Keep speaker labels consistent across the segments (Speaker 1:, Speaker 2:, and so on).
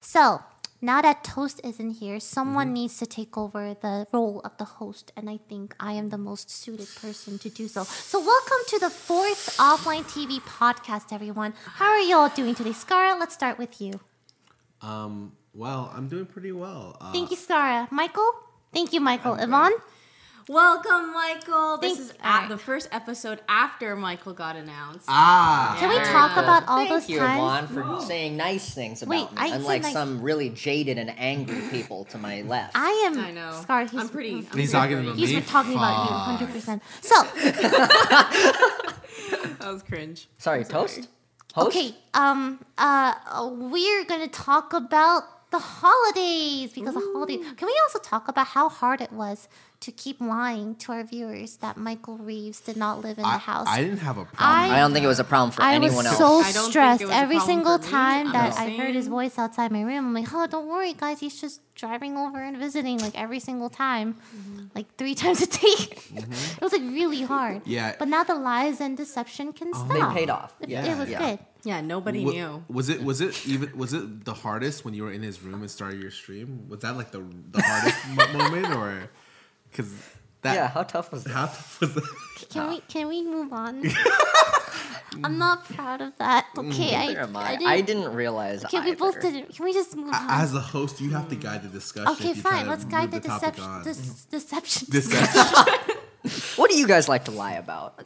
Speaker 1: So now that Toast isn't here,
Speaker 2: Mm-hmm.
Speaker 1: someone needs to take over the role of the host, and I think I am the most suited person to do so. So welcome to the fourth offline TV podcast, everyone. How are you all doing today, Scarlett? Let's start with you.
Speaker 3: Well, I'm doing pretty well. Uh,
Speaker 1: Thank you, Scarlett. Michael. Thank you, Michael. Yvonne.
Speaker 2: Welcome, Michael. This
Speaker 1: Thank-
Speaker 2: is at
Speaker 1: alright.
Speaker 2: the first episode after Michael got announced.
Speaker 3: ah,
Speaker 1: Can we
Speaker 2: Very
Speaker 1: talk
Speaker 2: cool.
Speaker 1: about all
Speaker 4: Thank
Speaker 1: those
Speaker 4: you,
Speaker 1: times?
Speaker 4: Yvonne, for saying nice things about
Speaker 1: Wait,
Speaker 4: me,
Speaker 1: I said
Speaker 4: unlike
Speaker 1: nice-
Speaker 4: some really jaded and angry people to my left.
Speaker 1: I am
Speaker 2: I know.
Speaker 1: Scar. He's,
Speaker 2: I'm pretty. I'm
Speaker 3: He's
Speaker 2: pretty
Speaker 3: talking
Speaker 2: worried.
Speaker 3: about
Speaker 1: He's
Speaker 3: me?
Speaker 1: been talking about you,
Speaker 3: Fuck.
Speaker 1: hundred percent. So
Speaker 2: That was cringe.
Speaker 4: sorry, toast. Host?
Speaker 1: okay, um, uh, we're gonna talk about the holidays because the holiday. Can we also talk about how hard it was to keep lying to our viewers that Michael Reeves did not live in
Speaker 3: I,
Speaker 1: the house?
Speaker 3: I didn't have a problem.
Speaker 1: I-
Speaker 4: I don't think it was a problem for
Speaker 1: I was
Speaker 4: anyone else.
Speaker 1: so
Speaker 2: I don't think
Speaker 1: stressed
Speaker 2: it was a
Speaker 1: every
Speaker 2: problem
Speaker 1: single
Speaker 2: for me.
Speaker 1: time
Speaker 2: I'm
Speaker 1: that
Speaker 2: just
Speaker 1: I heard his
Speaker 2: saying.
Speaker 1: voice outside my room. I'm like, oh, don't worry, guys. He's just driving over and visiting like every single time, like three times a day.
Speaker 4: Mm-hmm.
Speaker 1: it was like really hard.
Speaker 3: Yeah.
Speaker 1: But now the lies and deception can
Speaker 4: Oh. they
Speaker 1: stop.
Speaker 4: paid off.
Speaker 1: It,
Speaker 4: Yeah,
Speaker 1: it was
Speaker 4: yeah.
Speaker 1: good.
Speaker 2: Yeah, nobody
Speaker 3: Wa-
Speaker 2: knew.
Speaker 3: Was it was it even was it the hardest when you were in his room and started your stream? Was that like the the hardest mo- moment or because that
Speaker 4: Yeah, how tough was that?
Speaker 3: how tough was that?
Speaker 1: Can we can we move on? I'm not proud of that. Okay, I,
Speaker 4: Mm, Neither am
Speaker 1: I
Speaker 4: I.
Speaker 1: didn't.
Speaker 4: I didn't realize.
Speaker 1: okay, we both
Speaker 4: either.
Speaker 1: didn't. Can we just move on?
Speaker 3: As the host, you have to guide the discussion.
Speaker 1: Um, okay,
Speaker 3: if you try
Speaker 1: fine.
Speaker 3: to
Speaker 1: Let's
Speaker 3: move
Speaker 1: guide the,
Speaker 3: topic
Speaker 1: deception.
Speaker 3: on.
Speaker 1: This deception.
Speaker 3: Deception.
Speaker 4: What do you guys like to lie about?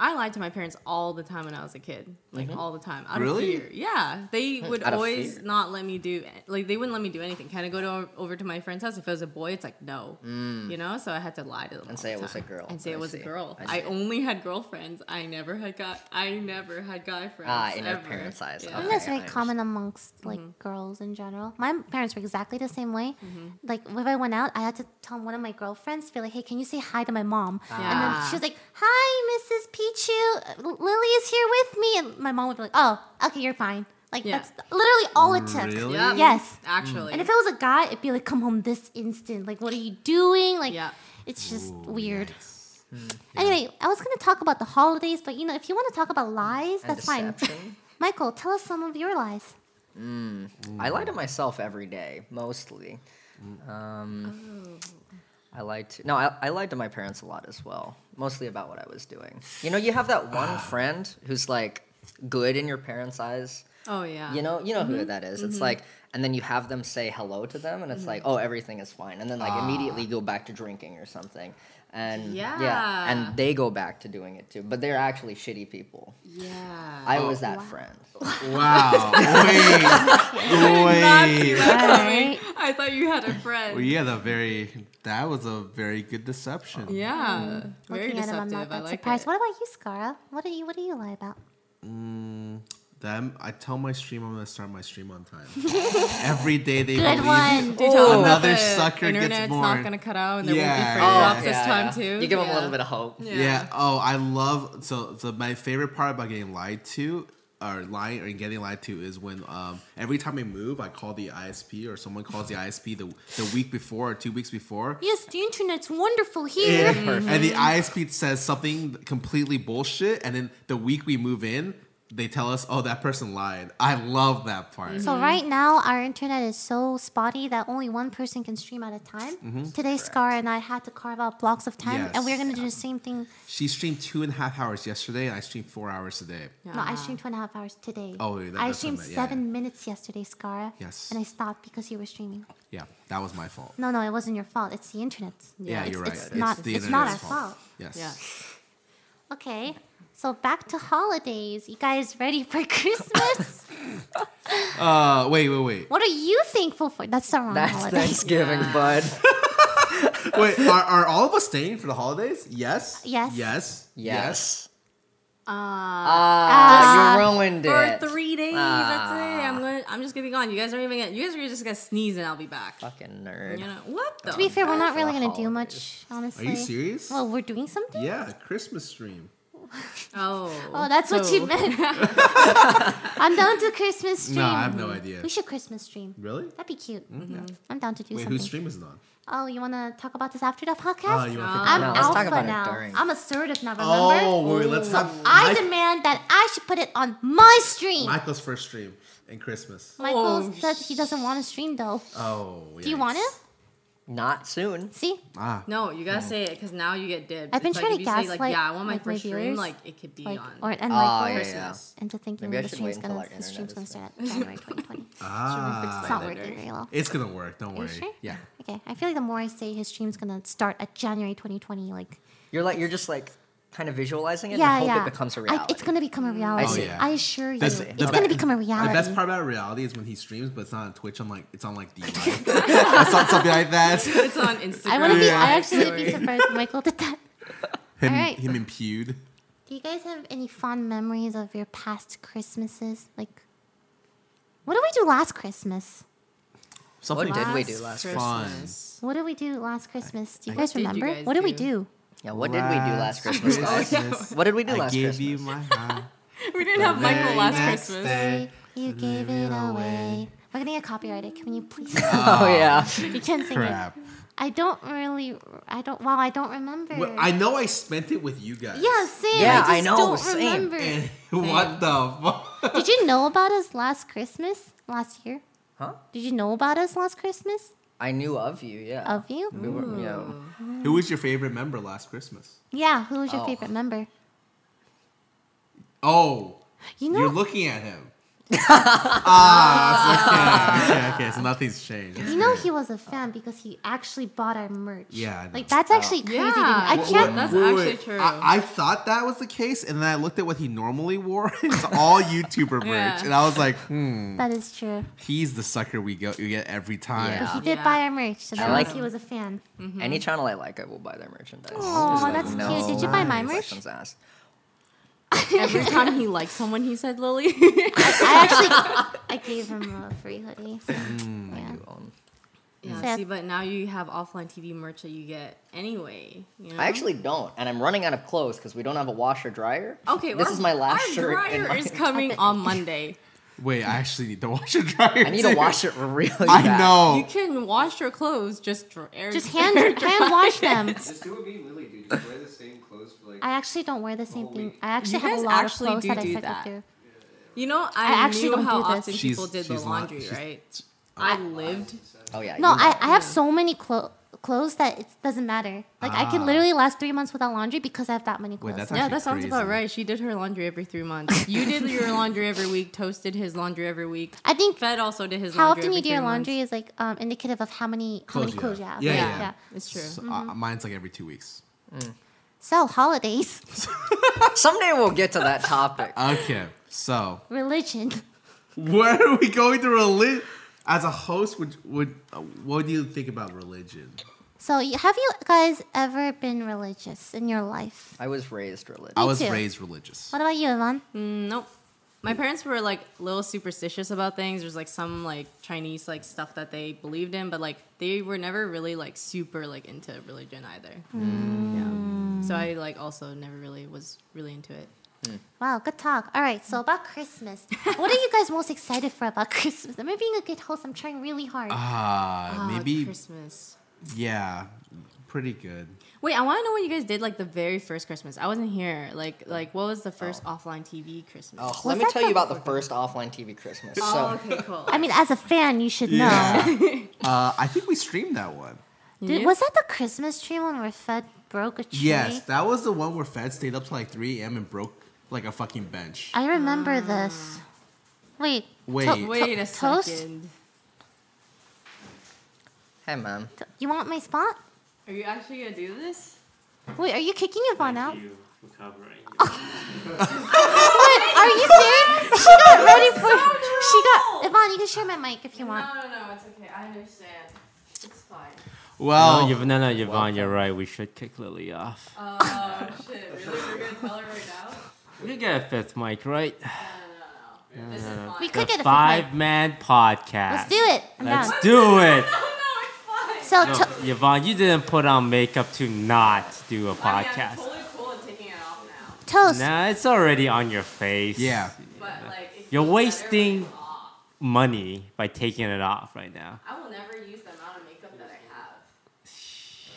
Speaker 2: I lied to my parents all the time when I was a kid. Like all the time. Out
Speaker 3: Really?
Speaker 2: of fear. Yeah. They would
Speaker 4: Mm-hmm. Out of
Speaker 2: always
Speaker 4: fear.
Speaker 2: not let me do like they wouldn't let me do anything. Can I go to, over to my friend's house? If it was a boy, it's like no. You know? So I had to lie to them. all
Speaker 4: Mm. say
Speaker 2: the
Speaker 4: it was a
Speaker 2: time.
Speaker 4: girl.
Speaker 2: And say
Speaker 4: I
Speaker 2: it was
Speaker 4: see.
Speaker 2: a girl.
Speaker 4: I
Speaker 2: I,
Speaker 4: see.
Speaker 2: only had girlfriends. I never had guy I never had guy friends.
Speaker 4: Ah, in your
Speaker 2: ever.
Speaker 4: parents' eyes.
Speaker 1: I
Speaker 2: Yeah.
Speaker 1: think that's
Speaker 4: Okay, I
Speaker 1: very common amongst like girls in general. My parents were exactly the same way. Like if I went out, I had to tell one of my girlfriends, be like, "Hey, can you say hi to my mom?" And then
Speaker 2: Yeah.
Speaker 1: she was like, "Hi, Mrs. Pichu, Uh, L- Lily is here with me," and my mom would be like, "Oh, okay, you're fine." Like
Speaker 2: Yeah.
Speaker 1: that's literally all it took.
Speaker 3: Really?
Speaker 2: Yeah.
Speaker 1: Yes.
Speaker 2: Actually.
Speaker 1: And if it was a guy, it'd be like, "Come home this instant." Like, what are you doing? Like,
Speaker 2: Yeah.
Speaker 1: it's just weird.
Speaker 3: Yikes.
Speaker 1: Anyway, I was gonna talk about the holidays, but you know, if you want to talk about lies,
Speaker 4: And
Speaker 1: that's fine.
Speaker 4: deception?
Speaker 1: Michael, tell us some of your lies.
Speaker 4: I lie to myself every day, mostly. Um,
Speaker 2: Oh.
Speaker 4: I lied to no, I, I lied to my parents a lot as well, mostly about what I was doing. You know, you have that one friend who's like good in your parents' eyes.
Speaker 2: oh yeah.
Speaker 4: You know, you know
Speaker 2: Mm-hmm.
Speaker 4: who that is. It's like, and then you have them say hello to them, and it's like,
Speaker 2: Mm-hmm.
Speaker 4: oh, everything is fine, and then like immediately go back to drinking or something, and yeah.
Speaker 2: Yeah.
Speaker 4: and they go back to doing it too, but they're actually shitty people.
Speaker 2: Yeah.
Speaker 4: I was that friend.
Speaker 3: Wow. Wait. Wait.
Speaker 1: Alright.
Speaker 2: I thought you had a friend.
Speaker 3: Well, yeah, the very that was a very good deception.
Speaker 1: Oh.
Speaker 2: Yeah, very
Speaker 1: Looking Mm. at him, I'm
Speaker 2: deceptive.
Speaker 1: not
Speaker 2: I
Speaker 1: that
Speaker 2: like
Speaker 1: surprised.
Speaker 2: it.
Speaker 1: What about you, Scara? What do you What do you lie about?
Speaker 3: Them, I tell my stream I'm gonna start my stream on time. Every day they
Speaker 1: Good
Speaker 3: believe
Speaker 1: one.
Speaker 2: Do you tell them
Speaker 3: Another
Speaker 2: that the
Speaker 3: sucker gets
Speaker 2: internet's
Speaker 3: more.
Speaker 2: not gonna cut out, and there
Speaker 3: Yeah,
Speaker 2: won't be free drops
Speaker 3: yeah,
Speaker 2: this time too.
Speaker 4: Oh, You give them
Speaker 2: Yeah.
Speaker 4: a little bit of hope.
Speaker 3: Yeah. Oh, I love so so my favorite part about getting lied to or lying or getting lied to is when um every time I move I call the ISP or someone calls the ISP the the week before or two weeks before.
Speaker 1: Yes, the internet's wonderful
Speaker 3: And,
Speaker 1: here.
Speaker 3: and the ISP says something completely bullshit and then the week we move in they tell us, "Oh, that person lied." I love that part.
Speaker 2: Mm-hmm.
Speaker 1: So right now our internet is so spotty that only one person can stream at a time.
Speaker 2: Mm-hmm.
Speaker 1: Today, Scar and I had to carve out blocks of time, and we're
Speaker 3: Yes.
Speaker 1: gonna do the same thing.
Speaker 3: She streamed two and a half hours yesterday, and I streamed four hours today.
Speaker 1: No, I streamed two and a half hours today.
Speaker 3: Ah. Oh, yeah, that-
Speaker 1: I
Speaker 3: that's what I
Speaker 1: streamed
Speaker 3: meant. Yeah,
Speaker 1: seven minutes yesterday, Scar.
Speaker 3: Yes.
Speaker 1: and I stopped because you were streaming.
Speaker 3: Yeah, that was my fault.
Speaker 1: No, no, it wasn't your fault. It's the internet.
Speaker 3: Yeah,
Speaker 2: it's-
Speaker 3: you're right.
Speaker 1: it's not- it's not
Speaker 3: internet's
Speaker 1: our fault.
Speaker 3: Yes.
Speaker 2: Yeah.
Speaker 1: Okay, so back to holidays. You guys ready for Christmas?
Speaker 3: Uh, wait, wait, wait.
Speaker 1: what are you thankful for? Oh, That's the wrong
Speaker 4: That's
Speaker 1: holiday.
Speaker 4: Thanksgiving, bud.
Speaker 3: Wait, are, are all of us staying for the holidays? Yes.
Speaker 1: Yes.
Speaker 3: Yes.
Speaker 4: Yes.
Speaker 2: Uh,
Speaker 4: Ah, you ruined
Speaker 2: for
Speaker 4: it.
Speaker 2: three days. That's it.
Speaker 4: Ah.
Speaker 2: I'm gonna. I'm just gonna be gone. You guys aren't even. Gonna, you guys are just gonna sneeze, and I'll be back.
Speaker 4: Fucking nerd.
Speaker 2: You know what? The
Speaker 1: To be fair, we're not
Speaker 4: for
Speaker 1: really
Speaker 4: the
Speaker 1: gonna do much,
Speaker 4: holidays.
Speaker 3: Are
Speaker 1: honestly.
Speaker 3: you serious?
Speaker 1: Well, we're doing something.
Speaker 3: yeah, Christmas stream.
Speaker 2: Oh,
Speaker 1: Oh, that's what
Speaker 2: So-
Speaker 1: you meant. I'm down to Christmas stream.
Speaker 3: No, I have no idea.
Speaker 1: We should Christmas stream.
Speaker 3: Really?
Speaker 1: That'd be cute. I'm down to do
Speaker 3: Wait,
Speaker 1: something.
Speaker 3: whose stream is it on?
Speaker 1: oh, you wanna talk about this after the
Speaker 3: Oh,
Speaker 1: podcast?
Speaker 3: you want to
Speaker 4: No,
Speaker 1: I'm
Speaker 4: let's talk
Speaker 1: alpha
Speaker 4: about it
Speaker 1: now.
Speaker 4: during.
Speaker 1: I'm assertive now. Remember?
Speaker 3: Oh, wait, wait, let's stop.
Speaker 1: I
Speaker 3: Mike-
Speaker 1: demand that I should put it on my stream.
Speaker 3: Michael's first stream. and Christmas.
Speaker 1: Michael
Speaker 2: Oh,
Speaker 1: says he doesn't want to stream though.
Speaker 3: Oh,
Speaker 1: Do you
Speaker 3: yikes.
Speaker 1: want to?
Speaker 4: Not soon.
Speaker 1: See?
Speaker 3: Ah,
Speaker 2: No, you gotta say it because now you get dibs.
Speaker 1: I've been
Speaker 2: It's
Speaker 1: trying
Speaker 2: like
Speaker 1: to
Speaker 2: if you say, like,
Speaker 1: gaslight,
Speaker 2: yeah, I want my
Speaker 1: like, my
Speaker 2: first stream.
Speaker 1: viewers,
Speaker 2: Like it could be
Speaker 1: Like,
Speaker 2: on.
Speaker 1: or and
Speaker 4: Ah,
Speaker 1: Michael.
Speaker 4: yeah,
Speaker 1: versus-
Speaker 4: yeah.
Speaker 1: I'm just thinking
Speaker 4: Maybe I
Speaker 1: the
Speaker 4: should
Speaker 1: stream's
Speaker 4: wait until
Speaker 1: gonna
Speaker 4: our
Speaker 1: the stream's gonna
Speaker 4: internet is
Speaker 1: start at January 2020.
Speaker 3: ah.
Speaker 1: it's not
Speaker 2: later.
Speaker 1: working very well.
Speaker 3: It's gonna work. Don't
Speaker 1: Are
Speaker 3: worry.
Speaker 1: you sure?
Speaker 3: Yeah.
Speaker 1: Okay. I feel like the more I say his stream's gonna start at January 2020, like
Speaker 4: You're like you're just like kind of visualizing it
Speaker 1: yeah,
Speaker 4: and hope
Speaker 1: yeah,
Speaker 4: it becomes a
Speaker 1: I-
Speaker 4: reality. Mm.
Speaker 1: it's gonna become a reality.
Speaker 4: see.
Speaker 3: Oh, yeah.
Speaker 1: I assure you,
Speaker 3: That's-
Speaker 1: it's
Speaker 3: the
Speaker 1: gonna
Speaker 3: be-
Speaker 1: become a
Speaker 3: The
Speaker 1: reality.
Speaker 3: best part about reality is when he streams, but it's not on Twitch. I'm like, it's on like the live. it's on something like that. Him,
Speaker 2: It's on Instagram.
Speaker 1: I wouldn't be. I
Speaker 3: Yeah.
Speaker 1: actually would be surprised if Michael did that. Alright.
Speaker 3: him and Pewd.
Speaker 1: Do you guys have any fond memories of your past Christmases? Like, what did we do last Christmas?
Speaker 3: Something
Speaker 4: did we
Speaker 3: fun.
Speaker 4: do last
Speaker 3: Christmas?
Speaker 1: What did we do last Christmas? Do you
Speaker 2: What
Speaker 1: guys
Speaker 2: did you
Speaker 1: remember?
Speaker 2: guys
Speaker 1: what did we
Speaker 2: do?
Speaker 1: do?
Speaker 4: yeah, what did we do last Christmas? guys?
Speaker 3: Christmas,
Speaker 4: What did we do
Speaker 3: I
Speaker 4: last
Speaker 3: gave
Speaker 4: Christmas?
Speaker 3: you my heart.
Speaker 2: We didn't have Michael
Speaker 3: Very
Speaker 2: last
Speaker 3: next
Speaker 2: Christmas.
Speaker 3: day.
Speaker 1: You gave it away. We're gonna get copyrighted. Can you please?
Speaker 4: oh yeah.
Speaker 1: you can't sing it.
Speaker 3: Crap.
Speaker 1: I don't really. I don't. Wow, I don't remember.
Speaker 3: Well, I know I spent it with you guys.
Speaker 1: yeah, same.
Speaker 4: Yeah,
Speaker 1: I,
Speaker 4: I
Speaker 1: just
Speaker 4: know,
Speaker 1: Don't
Speaker 4: same.
Speaker 1: remember.
Speaker 3: And what the fuck?
Speaker 1: Did you know about us last Christmas last year?
Speaker 4: Huh?
Speaker 1: Did you know about us last Christmas?
Speaker 4: I knew of you. Yeah.
Speaker 1: Of you?
Speaker 4: we were. Yeah.
Speaker 3: Who was your favorite member last Christmas?
Speaker 1: Yeah. Who was your
Speaker 4: Oh.
Speaker 1: favorite member?
Speaker 3: Oh,
Speaker 1: You
Speaker 3: you're
Speaker 1: know.
Speaker 3: looking at him. ah, it's okay, okay, okay. So nothing's changed.
Speaker 1: You know he was a fan because he actually bought our merch.
Speaker 3: Yeah, I know.
Speaker 1: like that's actually crazy.
Speaker 2: Yeah.
Speaker 1: to me. I
Speaker 2: What-
Speaker 1: can't.
Speaker 2: what- That's actually true.
Speaker 3: I, I thought that was the case, and then I looked at what he normally wore. it's all YouTuber merch,
Speaker 2: Yeah.
Speaker 3: and I was like, hmm,
Speaker 1: That is true.
Speaker 3: he's the sucker we go we get every time.
Speaker 1: But
Speaker 4: Yeah.
Speaker 1: he did
Speaker 2: Yeah.
Speaker 1: buy our merch, so that
Speaker 4: like
Speaker 1: means
Speaker 4: him.
Speaker 1: he was a fan.
Speaker 4: Any channel I like, I will buy their merchandise.
Speaker 1: Mm-hmm. Aw,
Speaker 4: Just
Speaker 1: that's
Speaker 4: no
Speaker 1: cute. Did you buy my merch?
Speaker 4: questions asked.
Speaker 2: Every time he liked someone, he said Lily.
Speaker 1: I actually, I gave him a free hoodie. So,
Speaker 3: Mm,
Speaker 1: yeah.
Speaker 4: You own.
Speaker 2: yeah.
Speaker 1: Sad.
Speaker 2: See, but now you have offline TV merch that you get anyway. You know?
Speaker 4: I actually don't, and I'm running out of clothes because we don't have a washer dryer.
Speaker 2: Okay.
Speaker 4: this
Speaker 2: our-
Speaker 4: is my last
Speaker 2: our
Speaker 4: shirt. in
Speaker 2: Dryer
Speaker 4: my-
Speaker 2: is coming on Monday.
Speaker 3: Wait, I actually need to wash and dryer.
Speaker 4: I need
Speaker 3: too.
Speaker 4: to wash it really.
Speaker 3: I
Speaker 4: bad.
Speaker 2: You
Speaker 3: know.
Speaker 2: can wash your clothes. Just dr- air.
Speaker 1: Just hand hand wash them.
Speaker 5: Just do what me and Lily do. Just wear the same clothes for like.
Speaker 1: I actually don't wear the same
Speaker 5: Well,
Speaker 1: thing.
Speaker 5: we-
Speaker 1: I actually
Speaker 2: You
Speaker 1: have a
Speaker 2: guys
Speaker 1: lot of
Speaker 2: actually
Speaker 1: clothes
Speaker 2: do
Speaker 1: that I
Speaker 2: do
Speaker 1: cycle
Speaker 2: that.
Speaker 1: through.
Speaker 2: You know, I,
Speaker 1: actually
Speaker 2: knew
Speaker 1: don't
Speaker 2: how
Speaker 1: do this.
Speaker 2: often
Speaker 3: She's-
Speaker 2: people did the
Speaker 3: she's not-
Speaker 2: laundry,
Speaker 3: she's- uh,
Speaker 2: right? I lived.
Speaker 4: Oh
Speaker 1: No,
Speaker 4: yeah. you know.
Speaker 1: I, I have so many clo- clothes that it doesn't matter. Like I
Speaker 3: Ah.
Speaker 1: can literally last three months without laundry because I have that many clothes.
Speaker 3: Wait, that's
Speaker 2: Yeah,
Speaker 3: actually
Speaker 2: that sounds about
Speaker 3: crazy.
Speaker 2: right. She did her laundry every three months. You did your laundry every week. Toasted his laundry every week.
Speaker 1: I think
Speaker 2: Fed also did his
Speaker 1: how
Speaker 2: laundry.
Speaker 1: often you
Speaker 2: every
Speaker 1: do your
Speaker 2: three months.
Speaker 1: laundry is like um, indicative of how many how many clothes you have.
Speaker 3: Yeah,
Speaker 2: Yeah,
Speaker 3: yeah.
Speaker 2: It's true.
Speaker 3: So, uh,
Speaker 4: Mm-hmm.
Speaker 3: mine's like every two weeks.
Speaker 1: So holidays,
Speaker 4: Someday we'll get to that topic.
Speaker 3: Okay, so
Speaker 1: religion.
Speaker 3: where are we going to religion? As a host, would would uh, what do you think about religion?
Speaker 1: So you, have you guys ever been religious in your life?
Speaker 4: I was raised religious.
Speaker 3: I was
Speaker 1: too.
Speaker 3: raised religious.
Speaker 1: What about you, Ivan?
Speaker 2: Mm, Nope. My parents were like a little superstitious about things. There's like some like Chinese like stuff that they believed in, but like they were never really like super like into religion either.
Speaker 3: Mm.
Speaker 2: Yeah.
Speaker 1: Mm.
Speaker 2: So I like also never really was really into it.
Speaker 1: Wow, good talk. All right, so about Christmas, what are you guys most excited for about Christmas? Am I being a good host? I'm trying really hard.
Speaker 3: Ah,
Speaker 2: Ah,
Speaker 3: maybe
Speaker 2: Christmas.
Speaker 3: yeah, pretty good.
Speaker 2: Wait, I want to know what you guys did like the very first Christmas. I wasn't here. Like like what was the
Speaker 3: Oh.
Speaker 2: first offline TV Christmas?
Speaker 4: Oh, let me
Speaker 1: that
Speaker 4: tell
Speaker 1: the-
Speaker 4: you about the first offline TV Christmas.
Speaker 2: Oh,
Speaker 4: So
Speaker 2: okay, cool.
Speaker 1: I mean, as a fan, you should know.
Speaker 3: Yeah. uh, I think we streamed that one.
Speaker 1: Did,
Speaker 2: Yeah.
Speaker 1: was that the Christmas tree one where Fed broke a tree?
Speaker 3: Yes, that was the one where Fed stayed up till like 3 a.m. and broke like a fucking bench.
Speaker 1: I remember this. Wait. to-
Speaker 3: Wait.
Speaker 1: to-
Speaker 2: Ah. Wait a
Speaker 1: toast?
Speaker 2: second.
Speaker 4: hey, mom.
Speaker 1: to- You want my spot?
Speaker 2: Are you actually gonna do this?
Speaker 1: Wait, are you kicking Yvonne out?
Speaker 5: You recovering.
Speaker 1: Wait, are you serious? She got ready for. She got Yvonne. You can share my mic if you want.
Speaker 2: no, no, it's okay. I understand. It's fine.
Speaker 3: Well,
Speaker 1: Oh.
Speaker 5: no, Yv- no, no, Yvonne, you're right. We should kick Lily off.
Speaker 2: Oh shit! Really, we're gonna tell her right now?
Speaker 5: We could get a fifth mic, right?
Speaker 2: No, no, no. This is fine.
Speaker 1: We
Speaker 5: The
Speaker 1: could get a
Speaker 5: five man podcast.
Speaker 1: Let's do it. I'm
Speaker 5: Let's
Speaker 1: down.
Speaker 5: do it.
Speaker 2: Oh, it's
Speaker 1: So
Speaker 2: fine.
Speaker 5: No,
Speaker 1: to-
Speaker 5: Yvonne, you didn't put on makeup to not do a podcast.
Speaker 2: cool with taking it off now,
Speaker 1: toast.
Speaker 5: Nah, it's already on your face.
Speaker 3: yeah.
Speaker 2: but like if
Speaker 5: You're
Speaker 2: you let her
Speaker 5: wasting-
Speaker 2: take it off,
Speaker 5: Money by taking it off right now.
Speaker 2: I will never use the amount of makeup that I have.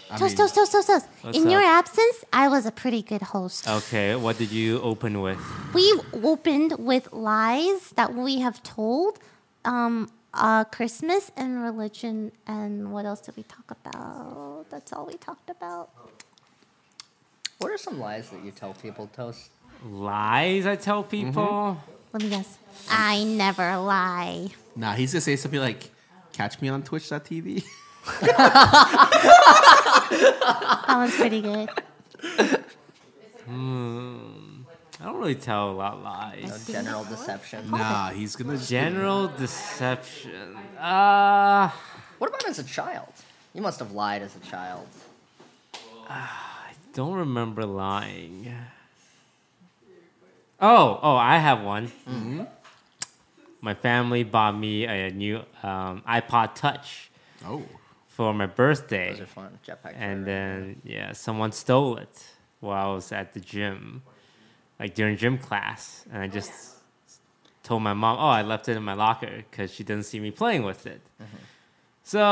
Speaker 3: I
Speaker 1: toast,
Speaker 3: mean-
Speaker 1: toast, toast, toast, toast.
Speaker 5: What's
Speaker 1: In your
Speaker 5: up? Um.
Speaker 1: absence, I was a pretty good host.
Speaker 5: Okay, what did you open with?
Speaker 1: We opened with lies that we have told, um, uh, Christmas and religion, and what else did we talk about? That's all we talked about.
Speaker 4: What are some lies that you tell people, Toast?
Speaker 5: Lies I tell
Speaker 1: Mm-hmm.
Speaker 5: people.
Speaker 1: Let me guess. I never lie.
Speaker 3: Nah, he's gonna say something like, "Catch me on Twitch.tv."
Speaker 1: That was pretty good.
Speaker 5: I don't really tell a lot lies.
Speaker 4: No general deception.
Speaker 3: nah, he's gonna just-
Speaker 5: General deception. Uh,
Speaker 4: What about as a child? You must have lied as a child.
Speaker 5: don't remember lying. Oh, oh, I have one. My family bought me a new um, iPod Touch
Speaker 3: Oh,
Speaker 5: for my birthday.
Speaker 4: Those are fun. Jetpack.
Speaker 5: and
Speaker 4: driver.
Speaker 5: then yeah, someone stole it while I was at the gym, like during gym class, and I just told my mom, "Oh, I left it in my locker because she didn't see me playing with it." So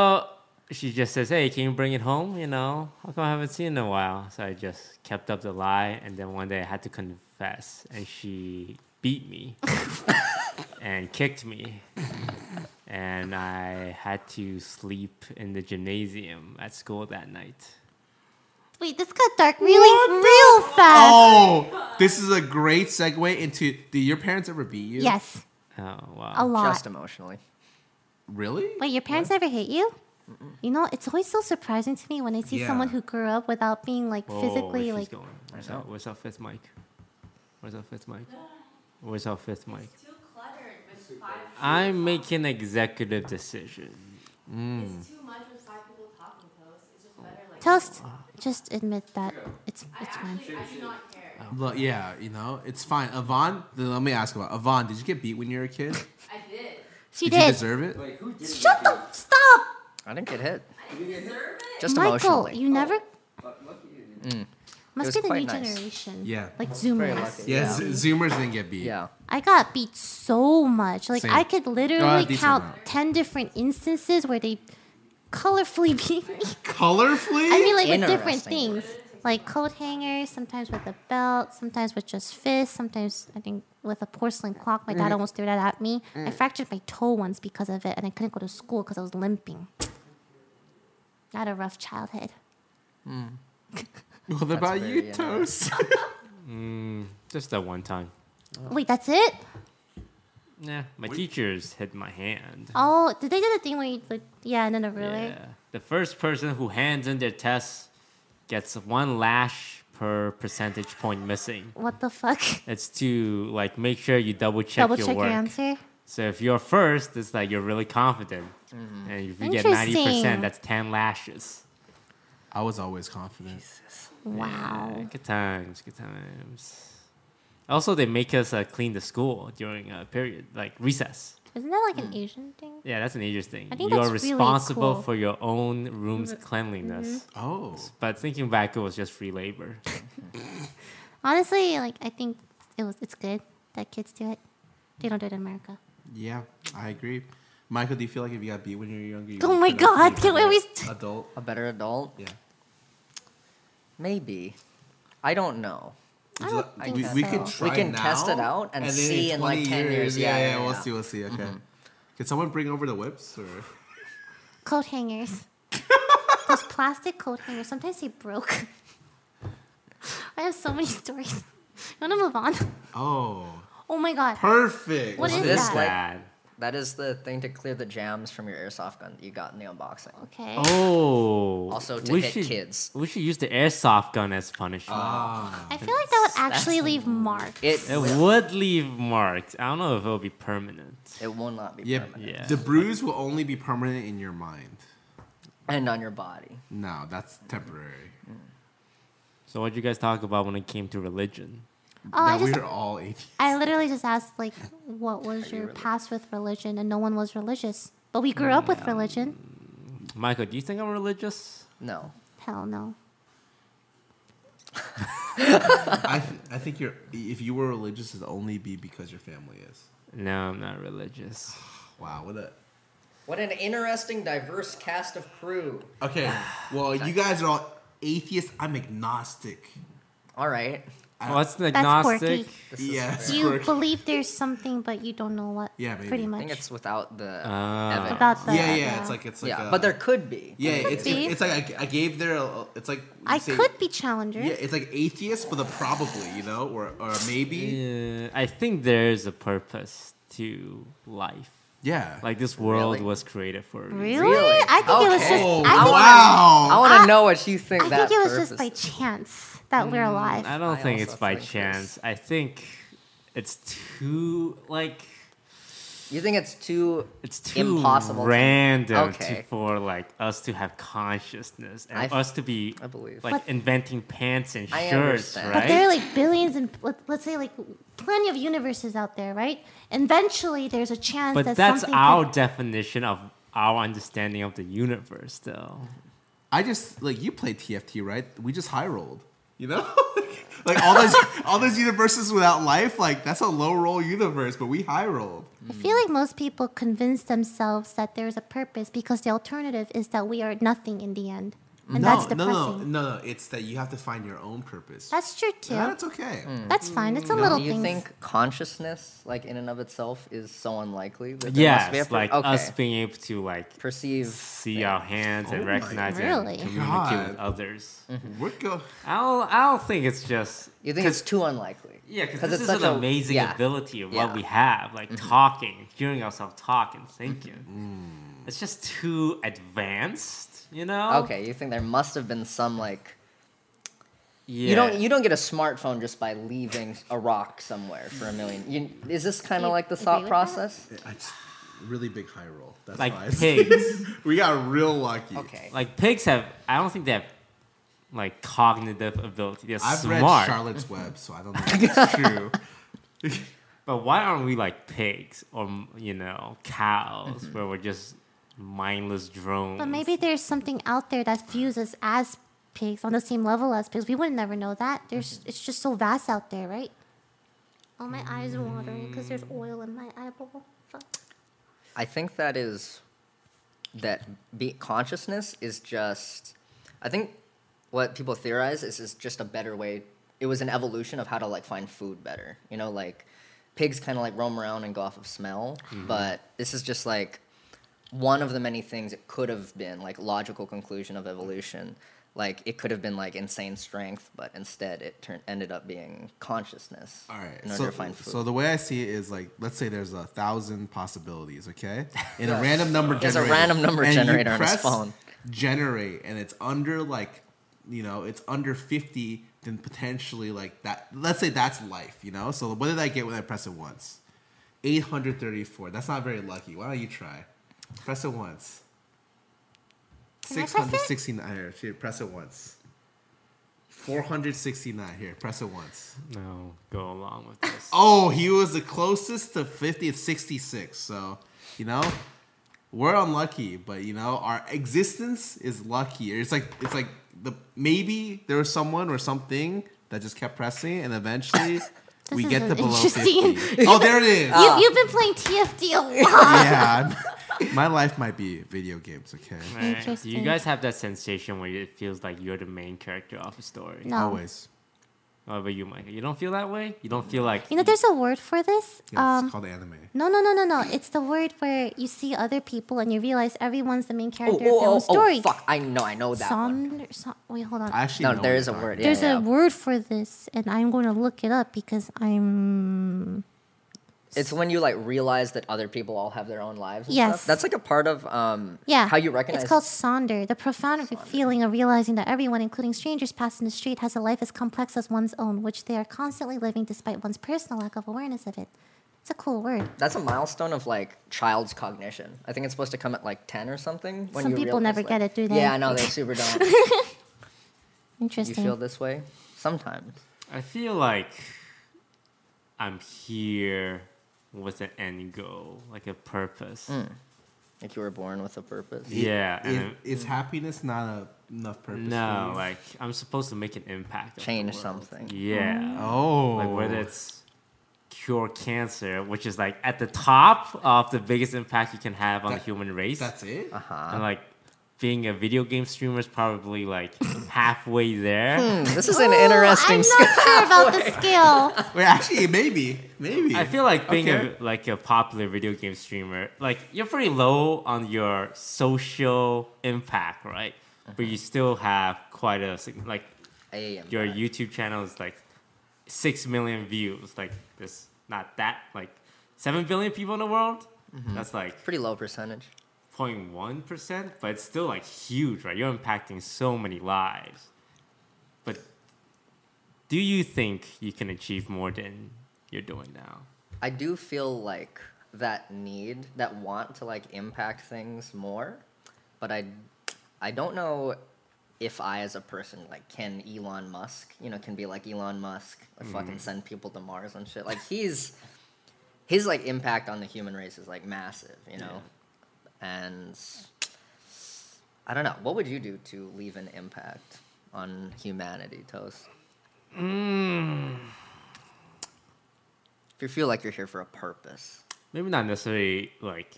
Speaker 5: she just says, "Hey, can you bring it home? You know, how come I haven't seen it in a while?" So I just kept up the lie, and then one day I had to confess, and she beat me and kicked me. And I had to sleep in the gymnasium at school that night.
Speaker 1: Wait, this got dark really real fast.
Speaker 3: oh, this is a great segue into. Did your parents ever beat you?
Speaker 1: Yes,
Speaker 5: Oh wow!
Speaker 1: a lot.
Speaker 4: Just emotionally.
Speaker 3: Really?
Speaker 1: Wait, your parents never hit you? You know, it's always so surprising to me when I see someone
Speaker 3: Yeah. Oh,
Speaker 1: who grew up without being like
Speaker 5: Whoa,
Speaker 1: physically
Speaker 5: she's
Speaker 1: like.
Speaker 5: going. Where's our, where's our fifth mic? Where's our fifth mic? Where's our fifth mic?
Speaker 2: Too cluttered with five.
Speaker 5: I'm making executive decision.
Speaker 2: It's too much with five people talking toast. It's just better like.
Speaker 1: Toast,
Speaker 3: "Ah."
Speaker 1: just admit that it's it's fine.
Speaker 2: I do not care.
Speaker 3: Um, Look, yeah, you know it's fine. Avon, then let me ask about Avon. Did you get beat when you were a kid?
Speaker 2: I did.
Speaker 1: She
Speaker 3: you
Speaker 1: did.
Speaker 3: deserve it?
Speaker 1: Shut the stop,
Speaker 4: I didn't get hit. Just
Speaker 1: Michael.
Speaker 4: emotionally.
Speaker 1: You never. Must
Speaker 4: was
Speaker 1: be the
Speaker 4: quite
Speaker 1: new
Speaker 4: nice.
Speaker 1: generation.
Speaker 3: Mm. Yeah.
Speaker 1: Like Zoomers.
Speaker 4: lucky.
Speaker 3: Yeah, Z- Zoomers didn't get beat.
Speaker 4: Yeah.
Speaker 1: I got beat so much. Like
Speaker 3: Same. Ah,
Speaker 1: I could literally
Speaker 3: decent
Speaker 1: count
Speaker 3: amount.
Speaker 1: ten different instances where they colorfully beat me.
Speaker 3: Colorfully?
Speaker 1: I mean, like with different
Speaker 4: Interesting.
Speaker 1: things, like coat hangers. Sometimes with a belt. Sometimes with just fists. Sometimes I think with a porcelain clock. My
Speaker 5: Mm.
Speaker 1: dad almost threw that at me. I fractured my toe once because of it, and I couldn't go to school because I was limping. Not a rough childhood.
Speaker 3: what about
Speaker 4: very
Speaker 3: you,
Speaker 4: annoying.
Speaker 3: Toast?
Speaker 5: Just that one time. Oh.
Speaker 1: Wait, that's it?
Speaker 5: Yeah, my teachers hit my hand.
Speaker 1: Oh, did they do the thing where you like, yeah, and then a ruler?
Speaker 5: Yeah. The first person who hands in their test gets one lash per percentage point missing.
Speaker 1: What the fuck?
Speaker 5: It's to like make sure you double check
Speaker 1: Double
Speaker 5: your
Speaker 1: check
Speaker 5: work.
Speaker 1: your answer.
Speaker 5: So if you're first, it's like you're really confident, and if you get ninety
Speaker 1: Interesting.
Speaker 5: percent, that's ten lashes.
Speaker 3: I was always confident.
Speaker 1: Wow.
Speaker 5: Yeah, good times, good times. Also, they make us uh, clean the school during a period, like recess.
Speaker 1: Isn't that
Speaker 5: Mm.
Speaker 1: like an Asian thing?
Speaker 5: Yeah, that's an interesting.
Speaker 1: I think
Speaker 5: You're
Speaker 1: that's really
Speaker 5: responsible
Speaker 1: cool. Mm-hmm.
Speaker 5: for your own room's cleanliness.
Speaker 3: Oh,
Speaker 5: But thinking back, it was just free labor.
Speaker 1: Honestly, like I think it was it's good that kids do it. They don't do it in America.
Speaker 3: yeah, I agree. Michael, do you feel like if you got beat when you were younger? You
Speaker 1: Oh my
Speaker 3: could've- you
Speaker 1: God, can we
Speaker 3: could've
Speaker 1: always-
Speaker 3: been an Adult.
Speaker 4: A better adult?
Speaker 3: Yeah.
Speaker 4: Maybe. I don't know.
Speaker 1: I don't
Speaker 3: Like,
Speaker 1: think
Speaker 3: we,
Speaker 1: so.
Speaker 3: we could try
Speaker 4: can test it
Speaker 3: now,
Speaker 4: out and
Speaker 3: then
Speaker 4: see in,
Speaker 3: 20
Speaker 4: like, 10 years.
Speaker 3: Yeah,
Speaker 4: Yeah,
Speaker 3: yeah,
Speaker 4: yeah,
Speaker 3: we'll
Speaker 4: yeah. Mm-hmm.
Speaker 3: see, we'll see. Okay. Can someone bring over the whips or?
Speaker 1: coat hangers. Those plastic coat hangers. Sometimes they broke. I have so many stories. You wanna move on?
Speaker 3: Oh,
Speaker 1: Oh my god.
Speaker 3: perfect.
Speaker 1: What is
Speaker 4: this
Speaker 1: that?
Speaker 4: like-
Speaker 5: Bad.
Speaker 4: That is the thing to clear the jams from your airsoft gun that you got in the unboxing.
Speaker 1: Okay.
Speaker 5: Oh.
Speaker 4: Also to hit kids. Ah.
Speaker 5: We should use the airsoft gun as punishment.
Speaker 3: Ah.
Speaker 1: I feel like that would
Speaker 4: That's
Speaker 1: actually
Speaker 4: a-
Speaker 1: leave marks.
Speaker 4: It
Speaker 5: it
Speaker 4: will,
Speaker 5: would leave marks. I don't know if it will be permanent.
Speaker 4: it will not be
Speaker 3: Yeah,
Speaker 4: permanent.
Speaker 5: Yeah.
Speaker 3: The bruise will only be permanent in your mind.
Speaker 4: And on your body.
Speaker 3: No, that's temporary.
Speaker 5: So what would you guys talk about when it came to religion?
Speaker 1: Oh, I
Speaker 3: now
Speaker 1: just
Speaker 3: we're all atheists.
Speaker 1: I literally just asked like, what was your past with religion, and no one was religious. But we grew up with religion.
Speaker 5: Michael, do you think I'm religious?
Speaker 4: No.
Speaker 1: Hell no.
Speaker 3: I, th- I think you're. If you were religious, it'd only be because your family is.
Speaker 5: No, I'm not religious.
Speaker 3: Wow, what a
Speaker 4: What an interesting, diverse cast of crew.
Speaker 3: Okay, well, you guys are all atheists. I'm agnostic.
Speaker 4: All right.
Speaker 5: Well, it's an
Speaker 1: That's quirky.
Speaker 5: agnostic.
Speaker 4: This is
Speaker 3: Yeah, it's
Speaker 1: You
Speaker 3: quirky.
Speaker 1: believe there's something, but you don't know what.
Speaker 3: Yeah,
Speaker 1: pretty
Speaker 3: maybe.
Speaker 4: I
Speaker 1: much.
Speaker 4: think it's without the
Speaker 5: Ah.
Speaker 4: evidence.
Speaker 1: about the.
Speaker 3: yeah, yeah. It's like it's like.
Speaker 4: yeah,
Speaker 3: uh,
Speaker 4: but there could be.
Speaker 3: Yeah, it's,
Speaker 1: be.
Speaker 3: it's like I, I gave their. uh, It's like you
Speaker 1: I
Speaker 3: say-
Speaker 1: could be Challenger.
Speaker 3: Yeah, it's like atheist, but the probably, you know, or or maybe.
Speaker 5: Yeah, I think there is a purpose to life.
Speaker 3: Yeah.
Speaker 5: Like this world
Speaker 4: Really?
Speaker 5: was created for. a reason.
Speaker 1: Really?
Speaker 4: Really?
Speaker 1: I think it was
Speaker 4: Okay.
Speaker 1: just.
Speaker 3: oh
Speaker 1: I think,
Speaker 4: I
Speaker 3: wow!
Speaker 4: want
Speaker 1: I-
Speaker 4: to know what you think
Speaker 1: I
Speaker 4: that
Speaker 1: think it was just
Speaker 4: purpose-
Speaker 1: by chance that we're alive.
Speaker 5: I don't
Speaker 4: I
Speaker 5: think
Speaker 4: also
Speaker 5: it's by
Speaker 4: think this-
Speaker 5: chance. I think it's too like
Speaker 4: You think it's too
Speaker 5: it's too
Speaker 4: Impossible to-
Speaker 5: random
Speaker 4: Okay.
Speaker 5: to, for like us to have consciousness and
Speaker 4: I f-
Speaker 5: us to be
Speaker 4: I believe.
Speaker 5: like inventing pants and
Speaker 4: I
Speaker 5: shirts,
Speaker 4: understand.
Speaker 5: right?
Speaker 4: But
Speaker 1: But there are like billions and let- let's say like plenty of universes out there, right? Eventually, there's a chance
Speaker 5: But
Speaker 1: that
Speaker 5: that's
Speaker 1: something
Speaker 5: our
Speaker 1: could-
Speaker 5: definition of our understanding of the universe, though.
Speaker 3: I just like you played TFT, right? We just high rolled, you know. like all those all those universes without life, like that's a low roll universe, but we high rolled.
Speaker 1: I feel like most people convince themselves that there's a purpose because the alternative is that we are nothing in the end, and that's
Speaker 3: no,
Speaker 1: depressing.
Speaker 3: no, no, no, no. It's that you have to find your own purpose.
Speaker 1: That's true too.
Speaker 3: Yeah, that's okay.
Speaker 5: Hmm.
Speaker 1: That's fine. It's a little
Speaker 4: Do you
Speaker 1: thing.
Speaker 4: think consciousness, like in and of itself, is so unlikely? That there must be a
Speaker 5: Yes,
Speaker 4: per-
Speaker 5: like
Speaker 4: okay.
Speaker 5: us being able to like
Speaker 4: perceive.
Speaker 5: see our hands
Speaker 3: Oh
Speaker 5: and
Speaker 3: my
Speaker 5: recognize
Speaker 1: Really?
Speaker 5: and communicate
Speaker 3: God.
Speaker 5: with others.
Speaker 3: We're go.
Speaker 5: I don't, I don't think it's just
Speaker 4: You think it's too unlikely?
Speaker 5: yeah, because
Speaker 4: 'Cause
Speaker 5: this
Speaker 4: it's
Speaker 5: is an
Speaker 4: such a-
Speaker 5: amazing
Speaker 4: yeah.
Speaker 5: ability of
Speaker 4: Yeah. Mm-hmm.
Speaker 5: what we have, like talking, hearing ourselves talk and thinking. It's just too advanced, you know.
Speaker 4: Mm. Okay, you think there must have been some like
Speaker 5: Yeah.
Speaker 4: you don't you don't get a smartphone just by leaving a rock somewhere for a million. You, is this kind
Speaker 1: You
Speaker 4: of like the
Speaker 1: agree
Speaker 4: thought
Speaker 1: with that?
Speaker 4: process?
Speaker 3: It's really big high roll. That's
Speaker 5: Like
Speaker 3: why.
Speaker 5: pigs.
Speaker 3: we got real lucky.
Speaker 4: Okay.
Speaker 5: like pigs have. I don't think they have like cognitive ability. They're
Speaker 3: I've read
Speaker 5: smart.
Speaker 3: Charlotte's Web, so I don't know if it's true.
Speaker 5: But why aren't we like pigs or you know cows, where we're just mindless drones?
Speaker 1: But maybe there's something out there that views us as pigs on the same level as pigs. We would never know that. There's it's just so vast out there, right? Mm-hmm. Oh, my eyes are watering because there's oil in my eyeball. Fuck.
Speaker 4: I think that is that be, consciousness is just. I think what people theorize is is just a better way. It was an evolution of how to like find food better. You know, like pigs kind of like roam around and go off of smell, but this is just like one of the many things it could have been like logical conclusion of evolution. Like it could have been like insane strength, but instead it turned ended up being consciousness.
Speaker 3: All right.
Speaker 4: in order
Speaker 3: so,
Speaker 4: to find food.
Speaker 3: so the way I see it is like, let's say there's a thousand possibilities, okay? In a
Speaker 4: Yes.
Speaker 3: random number
Speaker 4: There's a
Speaker 3: generator.
Speaker 4: random number
Speaker 3: and you
Speaker 4: generator on his
Speaker 3: press
Speaker 4: phone.
Speaker 3: Generate, and it's under like, you know, it's under 50, then potentially like that. Let's say that's life, you know? So what did I get when I press it once? 834. That's not very lucky. Why don't you try? Press it once.
Speaker 1: Can I press it?
Speaker 3: 669. Here, here, press it once. 469. Here, press it once.
Speaker 5: no, go along with this.
Speaker 3: Oh, he was the closest to 50 at 66. So, you know, we're unlucky, but you know, our existence is lucky. It's like it's like the maybe there was someone or something that just kept pressing and eventually we
Speaker 1: is
Speaker 3: get
Speaker 1: an
Speaker 3: to below
Speaker 1: interesting-
Speaker 3: 50. Oh, there it is.
Speaker 1: You,
Speaker 4: Ah.
Speaker 1: you've been playing TFD a lot.
Speaker 3: yeah. I'm- My life might be video games, okay?
Speaker 5: Right. Do
Speaker 1: Interesting.
Speaker 5: you guys have that sensation where it feels like you're the main character of a story?
Speaker 1: No.
Speaker 3: Always.
Speaker 5: What about you, Micah? You don't feel that way? You don't feel like
Speaker 1: You know, there's a word for this.
Speaker 3: Yeah, it's
Speaker 1: Um,
Speaker 3: called anime.
Speaker 1: no, no, no, no, no. It's the word where you see other people and you realize everyone's the main
Speaker 4: Oh,
Speaker 1: character of their
Speaker 4: oh,
Speaker 1: own
Speaker 4: oh,
Speaker 1: story.
Speaker 4: oh, fuck! I know, I know that one.
Speaker 1: Som- som- wait, hold on.
Speaker 3: I actually
Speaker 4: No,
Speaker 3: know
Speaker 4: there
Speaker 3: what
Speaker 4: is a
Speaker 3: you're
Speaker 4: word.
Speaker 3: talking
Speaker 4: Yeah,
Speaker 1: There's
Speaker 4: yeah.
Speaker 1: a word for this, and I'm going to look it up because I'm.
Speaker 4: It's when you like realize that other people all have their own lives. And
Speaker 1: Yes.
Speaker 4: stuff. that's like a part of um
Speaker 1: Yeah.
Speaker 4: how you recognize.
Speaker 1: It's called Sonder, the profound feeling of realizing that everyone, including strangers passing the street, has a life as complex as one's own, which they are constantly living despite one's personal lack of awareness of it. It's a cool word.
Speaker 4: that's a milestone of like child's cognition. I think it's supposed to come at like ten or something. When
Speaker 1: Some
Speaker 4: you
Speaker 1: people
Speaker 4: realize,
Speaker 1: never
Speaker 4: like-
Speaker 1: get it, do they?
Speaker 4: Yeah, I know they super don't. you
Speaker 1: Interesting.
Speaker 4: feel this way sometimes.
Speaker 5: I feel like I'm here with an end goal, like a purpose.
Speaker 3: Mm.
Speaker 4: Like you were born with a purpose.
Speaker 3: It-
Speaker 5: Yeah, and
Speaker 3: it- is happiness not a, enough purpose? for
Speaker 5: No,
Speaker 3: you?
Speaker 5: like I'm supposed to make an impact. on the
Speaker 4: Change
Speaker 5: world.
Speaker 4: something.
Speaker 5: Yeah.
Speaker 3: Oh.
Speaker 5: Like whether it's cure cancer, which is like at the top of the biggest impact you can have on
Speaker 3: That-
Speaker 5: the human race.
Speaker 3: That's it.
Speaker 5: and like being a video game streamer is probably like halfway there.
Speaker 4: Hmm, This is an
Speaker 1: Ooh,
Speaker 4: interesting.
Speaker 1: I'm
Speaker 4: sc-
Speaker 1: not sure about the scale.
Speaker 3: Wait, actually, maybe, maybe.
Speaker 5: I feel like being
Speaker 3: Okay.
Speaker 5: a, like a popular video game streamer, like you're pretty low on your social impact, right? But you still have quite a sig- like
Speaker 4: I am
Speaker 5: your
Speaker 4: not.
Speaker 5: YouTube channel is like six million views. Like there's not that like seven billion people in the world. That's like
Speaker 4: pretty low percentage.
Speaker 5: 0.1 percent, but it's still like huge, right? You're impacting so many lives. But do you think you can achieve more than you're doing now?
Speaker 4: I do feel like that need, that want to like impact things more, but I, I don't know if I as a person like can Elon Musk, you know, can be like Elon Musk, like fucking send people to Mars and shit. Like he's, his like impact on the human race is like massive, you know, and I don't know. What would you do to leave an impact on humanity, Toast? If you feel like you're here for a purpose,
Speaker 5: Maybe not necessarily like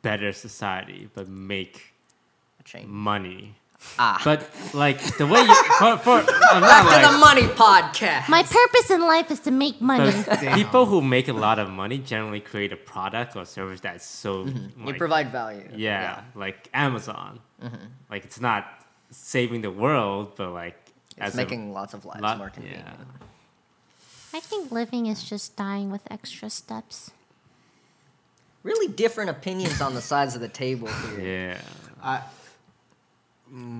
Speaker 5: better society, but make
Speaker 4: a change.
Speaker 5: Mm. money.
Speaker 4: Ah.
Speaker 5: But like the way you for, for I'm not
Speaker 4: Back to the
Speaker 5: like
Speaker 4: money podcast.
Speaker 1: My purpose in life is to make money.
Speaker 5: but people who make a lot of money generally create a product or service that's so
Speaker 4: you
Speaker 5: like,
Speaker 4: provide value.
Speaker 5: yeah, like Amazon.
Speaker 1: Mm-hmm.
Speaker 5: Like it's not saving the world, but like
Speaker 4: It's
Speaker 5: as a
Speaker 4: making lots of lives
Speaker 5: lot-
Speaker 4: more convenient.
Speaker 5: yeah.
Speaker 1: I think living is just dying with extra steps.
Speaker 4: Really different opinions on the sides of the table here.
Speaker 5: Yeah.
Speaker 3: I,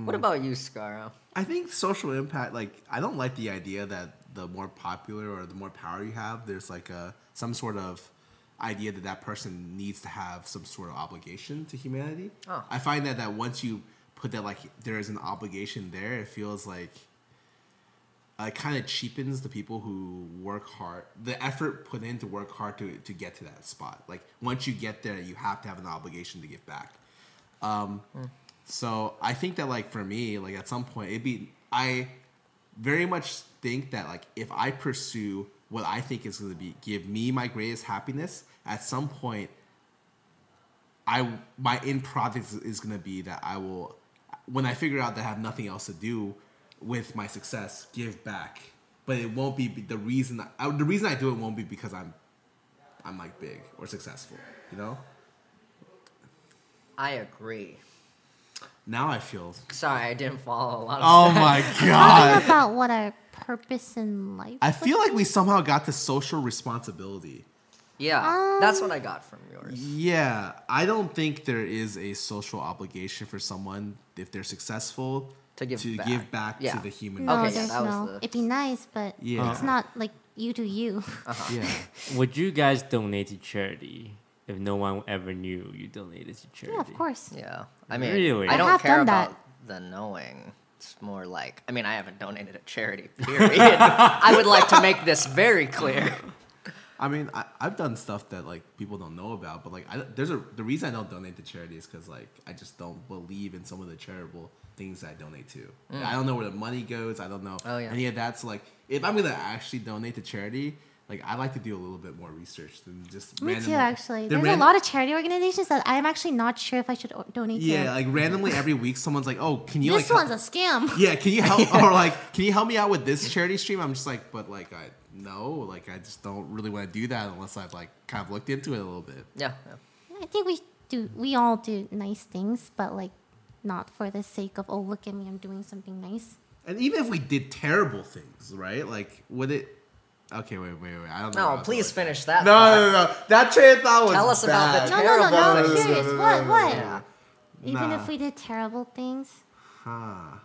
Speaker 4: What about you, Scaro?
Speaker 3: I think social impact. Like, I don't like the idea that the more popular or the more power you have, there's like a some sort of idea that that person needs to have some sort of obligation to humanity.
Speaker 4: Oh.
Speaker 3: I find that that once you put that like there is an obligation there, it feels like uh, it kind of cheapens the people who work hard, the effort put in to work hard to, to get to that spot. Like once you get there, you have to have an obligation to give back. So I think that like for me, like at some point it'd be I very much think that like if I pursue what I think is gonna be give me my greatest happiness, at some point I my end product is, is gonna be that I will when I figure out that I have nothing else to do with my success, give back. But it won't be the reason I, the reason I do it won't be because I'm I'm like big or successful, you know?
Speaker 4: I agree.
Speaker 3: Now I feel
Speaker 4: Sorry, I didn't follow a lot of.
Speaker 3: Oh my god.
Speaker 1: Think about what our purpose in life.
Speaker 3: I feel like we somehow got to social responsibility.
Speaker 4: Yeah, that's what I got from yours.
Speaker 3: Yeah, I don't think there is a social obligation for someone if they're successful
Speaker 4: To give back. Yeah.
Speaker 3: to the human.
Speaker 1: no,
Speaker 4: Okay, yeah,
Speaker 1: there's
Speaker 4: that was
Speaker 1: no.
Speaker 4: the- Uh,
Speaker 1: It'd be nice, but
Speaker 3: Yeah.
Speaker 1: it's not like you do you.
Speaker 3: Yeah,
Speaker 5: Would you guys donate to charity if no one ever knew you donated to charity?
Speaker 1: yeah, of course.
Speaker 4: Yeah, I mean,
Speaker 5: Really?
Speaker 4: I
Speaker 5: I
Speaker 4: don't
Speaker 1: have
Speaker 4: care
Speaker 1: done that.
Speaker 4: about the knowing. It's more like, I mean, I haven't donated to charity. Period. I would like to make this very clear.
Speaker 3: I mean, I, I've done stuff that like people don't know about, but like, I, don't- there's a the reason I don't donate to charities because like I just don't believe in some of the charitable things that I donate to. I don't know where the money goes. I don't know
Speaker 4: Mm. Oh, yeah.
Speaker 3: any of that. So like, if I'm gonna actually donate to charity. Like I like to do a little bit more research than just
Speaker 1: Me
Speaker 3: random-
Speaker 1: too, actually.
Speaker 3: than
Speaker 1: There's a
Speaker 3: ran-
Speaker 1: lot of charity organizations that I'm actually not sure if I should o- donate to.
Speaker 3: Yeah, like randomly every week, someone's like, "Oh, can you
Speaker 1: this
Speaker 3: like?"
Speaker 1: one's a scam.
Speaker 3: yeah, can you help? Or like, can you help me out with this charity stream? I'm just like, but like, I no, like, I just don't really want to do that unless I've like kind of looked into it a little bit.
Speaker 4: Yeah, yeah.
Speaker 1: I think we do. We all do nice things, but like not for the sake of oh look at me, I'm doing something nice.
Speaker 3: And even if we did terrible things, right? Like, would it? Okay, wait, wait, wait. I don't know.
Speaker 4: No,
Speaker 3: where I was
Speaker 4: please
Speaker 3: going with
Speaker 4: finish that.
Speaker 3: that. No,
Speaker 4: thought.
Speaker 3: no, no, no. That train of thought was
Speaker 4: Tell us about
Speaker 3: bad.
Speaker 1: No,
Speaker 4: the
Speaker 1: no, no, no.
Speaker 3: Terrible
Speaker 1: I'm
Speaker 3: things.
Speaker 1: curious. What? What?
Speaker 4: Yeah.
Speaker 1: Even
Speaker 3: Nah.
Speaker 1: if we did terrible things,
Speaker 3: Huh.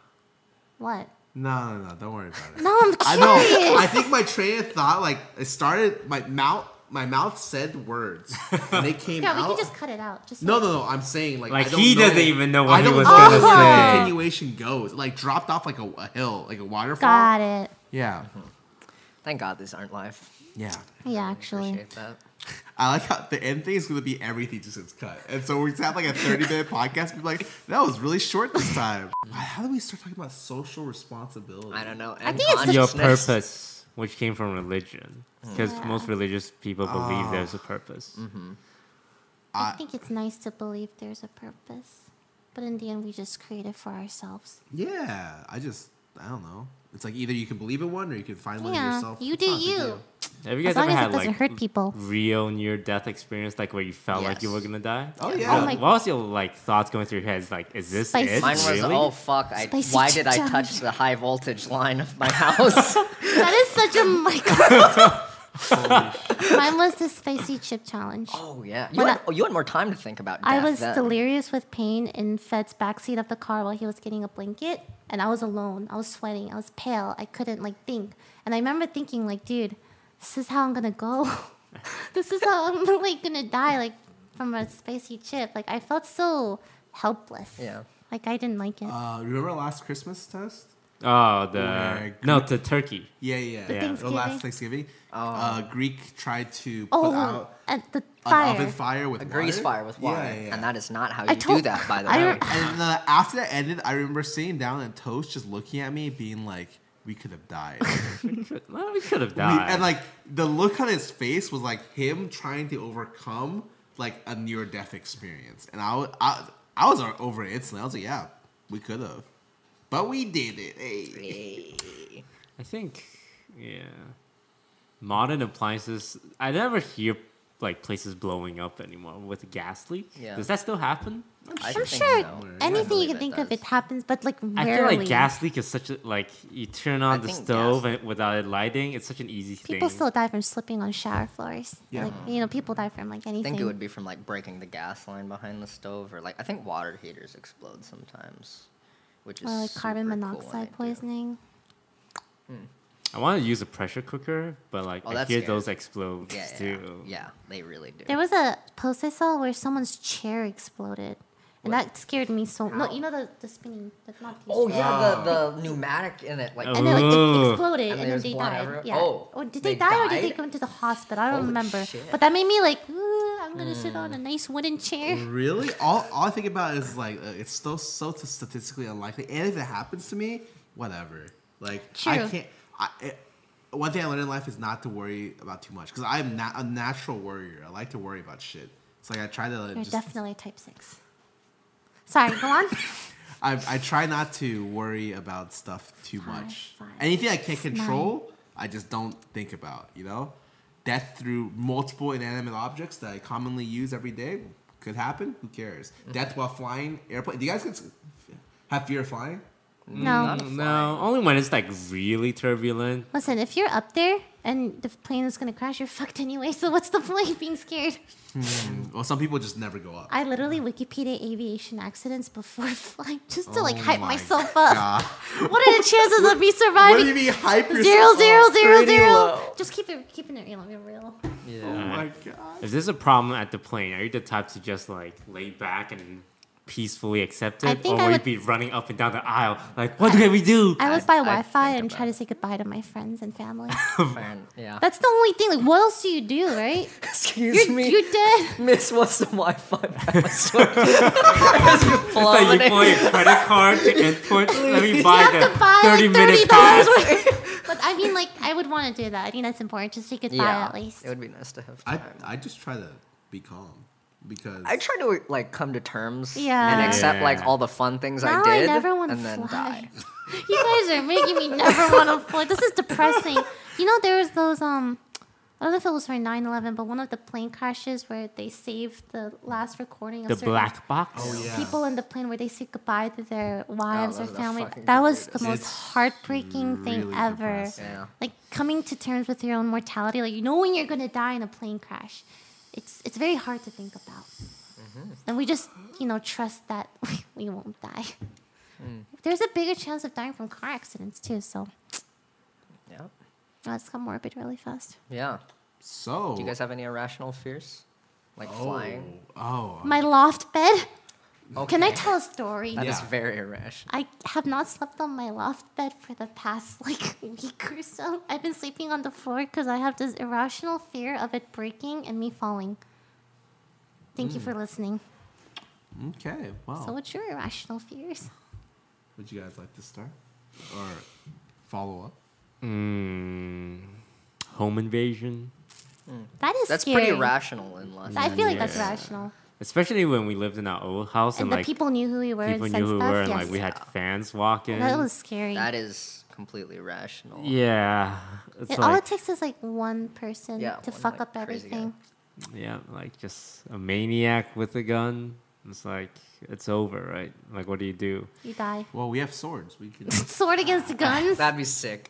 Speaker 1: what?
Speaker 3: No, no, no. Don't worry about it.
Speaker 1: No, I'm
Speaker 3: I
Speaker 1: curious.
Speaker 3: know. I think my train of thought, like, it started. My mouth, my mouth said words, and they came
Speaker 1: yeah,
Speaker 3: out.
Speaker 1: we can just cut it out. Just
Speaker 3: No, no, no. I'm saying like
Speaker 5: Like,
Speaker 3: I don't
Speaker 5: he
Speaker 3: know,
Speaker 5: doesn't even know what
Speaker 3: I
Speaker 5: he
Speaker 3: don't
Speaker 5: was
Speaker 3: know
Speaker 1: gonna
Speaker 3: where
Speaker 1: say.
Speaker 3: The continuation goes like dropped off like a, a hill, like a waterfall.
Speaker 1: Got it.
Speaker 3: Yeah,
Speaker 4: Thank God these aren't live.
Speaker 3: yeah.
Speaker 1: Yeah, actually.
Speaker 4: Appreciate that.
Speaker 3: I like how the end thing is gonna be everything just gets cut, and so we just have like a 30 minute podcast. Be like, that was really short this time. How do we start talking about social responsibility?
Speaker 4: I don't know.
Speaker 1: think it's the-
Speaker 5: Your
Speaker 4: Unconsciousness.
Speaker 5: purpose. which came from religion, because
Speaker 1: Mm. Yeah. Ah. Mm-hmm.
Speaker 5: most religious people believe there's a purpose.
Speaker 1: I
Speaker 3: I-
Speaker 1: think it's nice to believe there's a purpose, but in the end, we just create it for ourselves.
Speaker 3: Yeah, I just I don't know. It's like either you can believe in one or you can find one
Speaker 1: Yeah,
Speaker 3: yourself.
Speaker 1: you
Speaker 3: It's
Speaker 1: do
Speaker 3: not a big
Speaker 1: you.
Speaker 3: deal.
Speaker 5: Have you
Speaker 1: As
Speaker 5: guys
Speaker 1: long
Speaker 5: ever
Speaker 1: as
Speaker 5: had
Speaker 1: it doesn't
Speaker 5: like
Speaker 1: hurt people.
Speaker 5: real near-death experience, like where you felt like you were
Speaker 4: Yes.
Speaker 5: gonna die?
Speaker 3: Oh
Speaker 4: Yeah.
Speaker 3: yeah.
Speaker 1: Oh my-
Speaker 5: what was your like thoughts going through your head? Like, is this
Speaker 1: Spicy.
Speaker 5: it?
Speaker 4: Mine was
Speaker 5: really?
Speaker 4: oh fuck! I,
Speaker 1: Spicy
Speaker 4: why did I
Speaker 1: chicken.
Speaker 4: touch the high voltage line of my house?
Speaker 1: That is such a micro.
Speaker 3: Holy shit.
Speaker 1: Mine was the spicy chip challenge.
Speaker 4: oh yeah, you
Speaker 1: When
Speaker 4: had,
Speaker 1: I-
Speaker 4: oh, you had more time to think about.
Speaker 1: I
Speaker 4: death
Speaker 1: was
Speaker 4: then.
Speaker 1: delirious with pain in Fed's backseat of the car while he was getting a blanket, and I was alone. I was sweating. I was pale. I couldn't like think. And I remember thinking, like, dude, this is how I'm gonna go. this is how I'm like gonna die, like from a spicy chip. Like I felt so helpless.
Speaker 4: Yeah.
Speaker 1: Like I didn't like it.
Speaker 3: Uh, remember last Christmas test?
Speaker 5: Oh,
Speaker 3: Where
Speaker 5: the no, the turkey.
Speaker 3: Yeah, yeah, yeah.
Speaker 1: Thanksgiving.
Speaker 3: Or last Thanksgiving,
Speaker 4: Oh.
Speaker 3: uh, Greek tried to put
Speaker 1: oh,
Speaker 3: out
Speaker 1: at the
Speaker 3: an
Speaker 1: fire.
Speaker 3: oven fire with
Speaker 4: a grease fire with water,
Speaker 3: Yeah, yeah.
Speaker 4: and that is not how you
Speaker 1: I
Speaker 4: do
Speaker 1: told-
Speaker 4: that, by the
Speaker 1: I
Speaker 4: way.
Speaker 1: don't-
Speaker 3: And then after that ended, I remember sitting down and Toast just looking at me, being like, "We could have died."
Speaker 5: Well, we could have
Speaker 3: We-
Speaker 5: died.
Speaker 3: and like the look on his face was like him trying to overcome like a near death experience, and I, wa- I, I was over it instantly. I was like, "Yeah, we could have, but we did it." Hey.
Speaker 5: I think, yeah, modern appliances. I never hear like places blowing up anymore with a gas leak.
Speaker 4: Yeah.
Speaker 5: Does that still happen?
Speaker 4: I
Speaker 1: I'm
Speaker 4: think
Speaker 1: sure
Speaker 4: so.
Speaker 3: I
Speaker 1: anything you
Speaker 4: believe
Speaker 1: can
Speaker 4: it
Speaker 1: think of,
Speaker 4: does.
Speaker 1: it happens, but like
Speaker 5: I
Speaker 1: rarely.
Speaker 5: feel like gas leak is such a like you turn on the
Speaker 4: think gas
Speaker 5: stove
Speaker 4: leak-
Speaker 5: and, without it lighting. It's such an easy
Speaker 1: People
Speaker 5: thing.
Speaker 1: still die from slipping on shower floors.
Speaker 3: Yeah.
Speaker 1: Like you know, people die from like
Speaker 4: I
Speaker 1: anything.
Speaker 4: think it would be from like breaking the gas line behind the stove, or like I think water heaters explode sometimes, which is
Speaker 1: Or like carbon
Speaker 4: super cool when
Speaker 1: monoxide
Speaker 4: they do.
Speaker 1: poisoning.
Speaker 5: I want to use a pressure cooker, but like
Speaker 4: Oh,
Speaker 5: I
Speaker 4: that's
Speaker 5: hear
Speaker 4: scary.
Speaker 5: those explode
Speaker 4: Yeah, yeah, yeah,
Speaker 5: too.
Speaker 4: yeah, they really do.
Speaker 1: There was a post I saw where someone's chair exploded, and
Speaker 4: What?
Speaker 1: that scared me so. No, you know the the spinning, the not the
Speaker 4: oh yeah, the, the pneumatic in it, like
Speaker 5: Oh.
Speaker 1: And then like it
Speaker 5: Ooh.
Speaker 1: exploded,
Speaker 4: And
Speaker 1: and,
Speaker 4: there's
Speaker 1: then they
Speaker 4: blood
Speaker 1: died.
Speaker 4: everywhere?
Speaker 1: Yeah.
Speaker 4: Oh,
Speaker 1: did they,
Speaker 4: they
Speaker 1: die or did they
Speaker 4: died?
Speaker 1: go into the hospital? I don't
Speaker 4: Holy
Speaker 1: remember.
Speaker 4: shit. Mm.
Speaker 1: But that made me like, Ooh, I'm gonna sit on a nice wooden chair.
Speaker 3: Really? All, all I think about is like uh, it's still so t- statistically unlikely, and if it happens to me, whatever. Like
Speaker 1: True.
Speaker 3: I can't. I, it, one thing I learned in life is not to worry about too much because I'm not a natural worrier. I like to worry about shit. It's like I try to like,
Speaker 1: You're
Speaker 3: just.
Speaker 1: definitely a type six. Sorry, go on.
Speaker 3: I, I try not to worry about stuff too much.
Speaker 1: five,
Speaker 3: Anything I can't
Speaker 1: six,
Speaker 3: control, I just don't think about. You know, death through multiple inanimate objects that I commonly use every day could happen. Who cares?
Speaker 1: Mm-hmm.
Speaker 3: Death while flying airplane. Do you guys get, s- have fear of flying?
Speaker 1: No.
Speaker 5: No, only when it's like really turbulent.
Speaker 1: Listen, if you're up there and the plane is gonna crash, you're fucked anyway. So what's the point of being scared?
Speaker 3: Well, some people just never go up.
Speaker 1: I literally Wikipedia aviation accidents before flying just to like
Speaker 3: Oh
Speaker 1: hype
Speaker 3: my
Speaker 1: myself up.
Speaker 3: God.
Speaker 1: What are the chances of me
Speaker 3: what do you
Speaker 1: surviving?
Speaker 3: mean hype yourself
Speaker 1: Zero, zero,
Speaker 3: up?
Speaker 1: zero,
Speaker 4: pretty
Speaker 1: zero.
Speaker 4: low.
Speaker 1: Just keep it, keeping it real, real, real.
Speaker 3: Oh
Speaker 4: yeah.
Speaker 3: my god.
Speaker 5: If there's a problem at the plane, are you the type to just like lay back and peacefully accept
Speaker 1: I
Speaker 5: it,
Speaker 1: think I
Speaker 5: or will you
Speaker 1: would-
Speaker 5: be running up and down the aisle like, what can we do?
Speaker 1: I would
Speaker 4: I'd-
Speaker 1: buy
Speaker 4: I'd
Speaker 1: Wi-Fi
Speaker 4: think
Speaker 1: and try
Speaker 4: about
Speaker 1: to say goodbye to my friends and family.
Speaker 4: Fine, yeah.
Speaker 1: That's the only thing. Like, what else do you do, right?
Speaker 4: Excuse
Speaker 1: You're,
Speaker 4: me,
Speaker 1: you're dead.
Speaker 4: Miss, what's the Wi-Fi password? As you
Speaker 5: It's like you
Speaker 4: plummeting.
Speaker 5: pull your credit card to endpoint. Let me buy
Speaker 1: have
Speaker 5: the
Speaker 1: to buy, like,
Speaker 5: thirty
Speaker 1: $30
Speaker 5: minute pass.
Speaker 1: But I mean, like, I would want to do that. I think that's important. Just say goodbye
Speaker 4: yeah,
Speaker 1: at least.
Speaker 4: it would be nice to have
Speaker 3: I
Speaker 4: time. I,
Speaker 3: I just try to be calm because
Speaker 4: try to like come to terms and
Speaker 1: Yeah.
Speaker 4: accept like
Speaker 5: Yeah.
Speaker 4: all the fun things
Speaker 1: Now
Speaker 4: I
Speaker 1: I
Speaker 4: did,
Speaker 1: never wanna
Speaker 4: and then
Speaker 1: fly.
Speaker 4: die.
Speaker 1: You guys are making me never want to fly. This is depressing. You know, there was those um. I don't know if it was for 9-11, but one of the plane crashes where they saved the last recording of
Speaker 5: The
Speaker 1: certain
Speaker 5: black box.
Speaker 3: oh yeah.
Speaker 1: people in the plane where they say goodbye to their wives
Speaker 4: Oh, those
Speaker 1: or
Speaker 4: are the
Speaker 1: family.
Speaker 4: fucking
Speaker 1: That was the
Speaker 4: weirdest.
Speaker 1: most
Speaker 3: It's
Speaker 1: heartbreaking thing
Speaker 3: really
Speaker 1: ever.
Speaker 3: depressing.
Speaker 4: Yeah.
Speaker 1: Like coming to terms with your own mortality, like you know when you're gonna die in a plane crash. It's it's very hard to think about. And we just you know trust that we won't die. There's a bigger chance of dying from car accidents too. So
Speaker 4: Yeah.
Speaker 1: let's come morbid really fast.
Speaker 4: Yeah.
Speaker 3: so
Speaker 4: Do you guys have any irrational fears? Like flying?
Speaker 3: Oh,
Speaker 1: My loft bed.
Speaker 4: Okay.
Speaker 1: Can I tell a story?
Speaker 4: That is
Speaker 3: Yeah.
Speaker 4: very irrational.
Speaker 1: I have not slept on my loft bed for the past like week or so. I've been sleeping on the floor because I have this irrational fear of it breaking and me falling. Thank you for listening.
Speaker 3: okay.
Speaker 4: Oh.
Speaker 3: Wow.
Speaker 1: So, what's your irrational fears?
Speaker 3: Would you guys like to start or follow up?
Speaker 5: Mm, home invasion,
Speaker 1: That is
Speaker 4: That's
Speaker 1: scary.
Speaker 4: pretty rational in London.
Speaker 1: I feel like that's
Speaker 5: Yeah.
Speaker 1: rational.
Speaker 5: especially when we lived in our old house and,
Speaker 1: And the
Speaker 5: like
Speaker 1: people knew who we were
Speaker 5: people
Speaker 1: and said
Speaker 5: knew who we
Speaker 1: stuff.
Speaker 5: were and
Speaker 1: yes.
Speaker 5: like we had fans walk in.
Speaker 1: that was scary.
Speaker 4: That is completely rational.
Speaker 5: yeah, it's
Speaker 1: It- all
Speaker 5: like
Speaker 1: it takes is like one person
Speaker 4: Yeah,
Speaker 1: to
Speaker 4: one,
Speaker 1: fuck
Speaker 4: like,
Speaker 1: up
Speaker 4: crazy guy.
Speaker 1: everything.
Speaker 5: yeah, like just a maniac with a gun. It's like it's over, right? Like what do you do?
Speaker 1: You die.
Speaker 3: Well, we have swords. We can.
Speaker 1: Sword against guns.
Speaker 4: That'd be sick.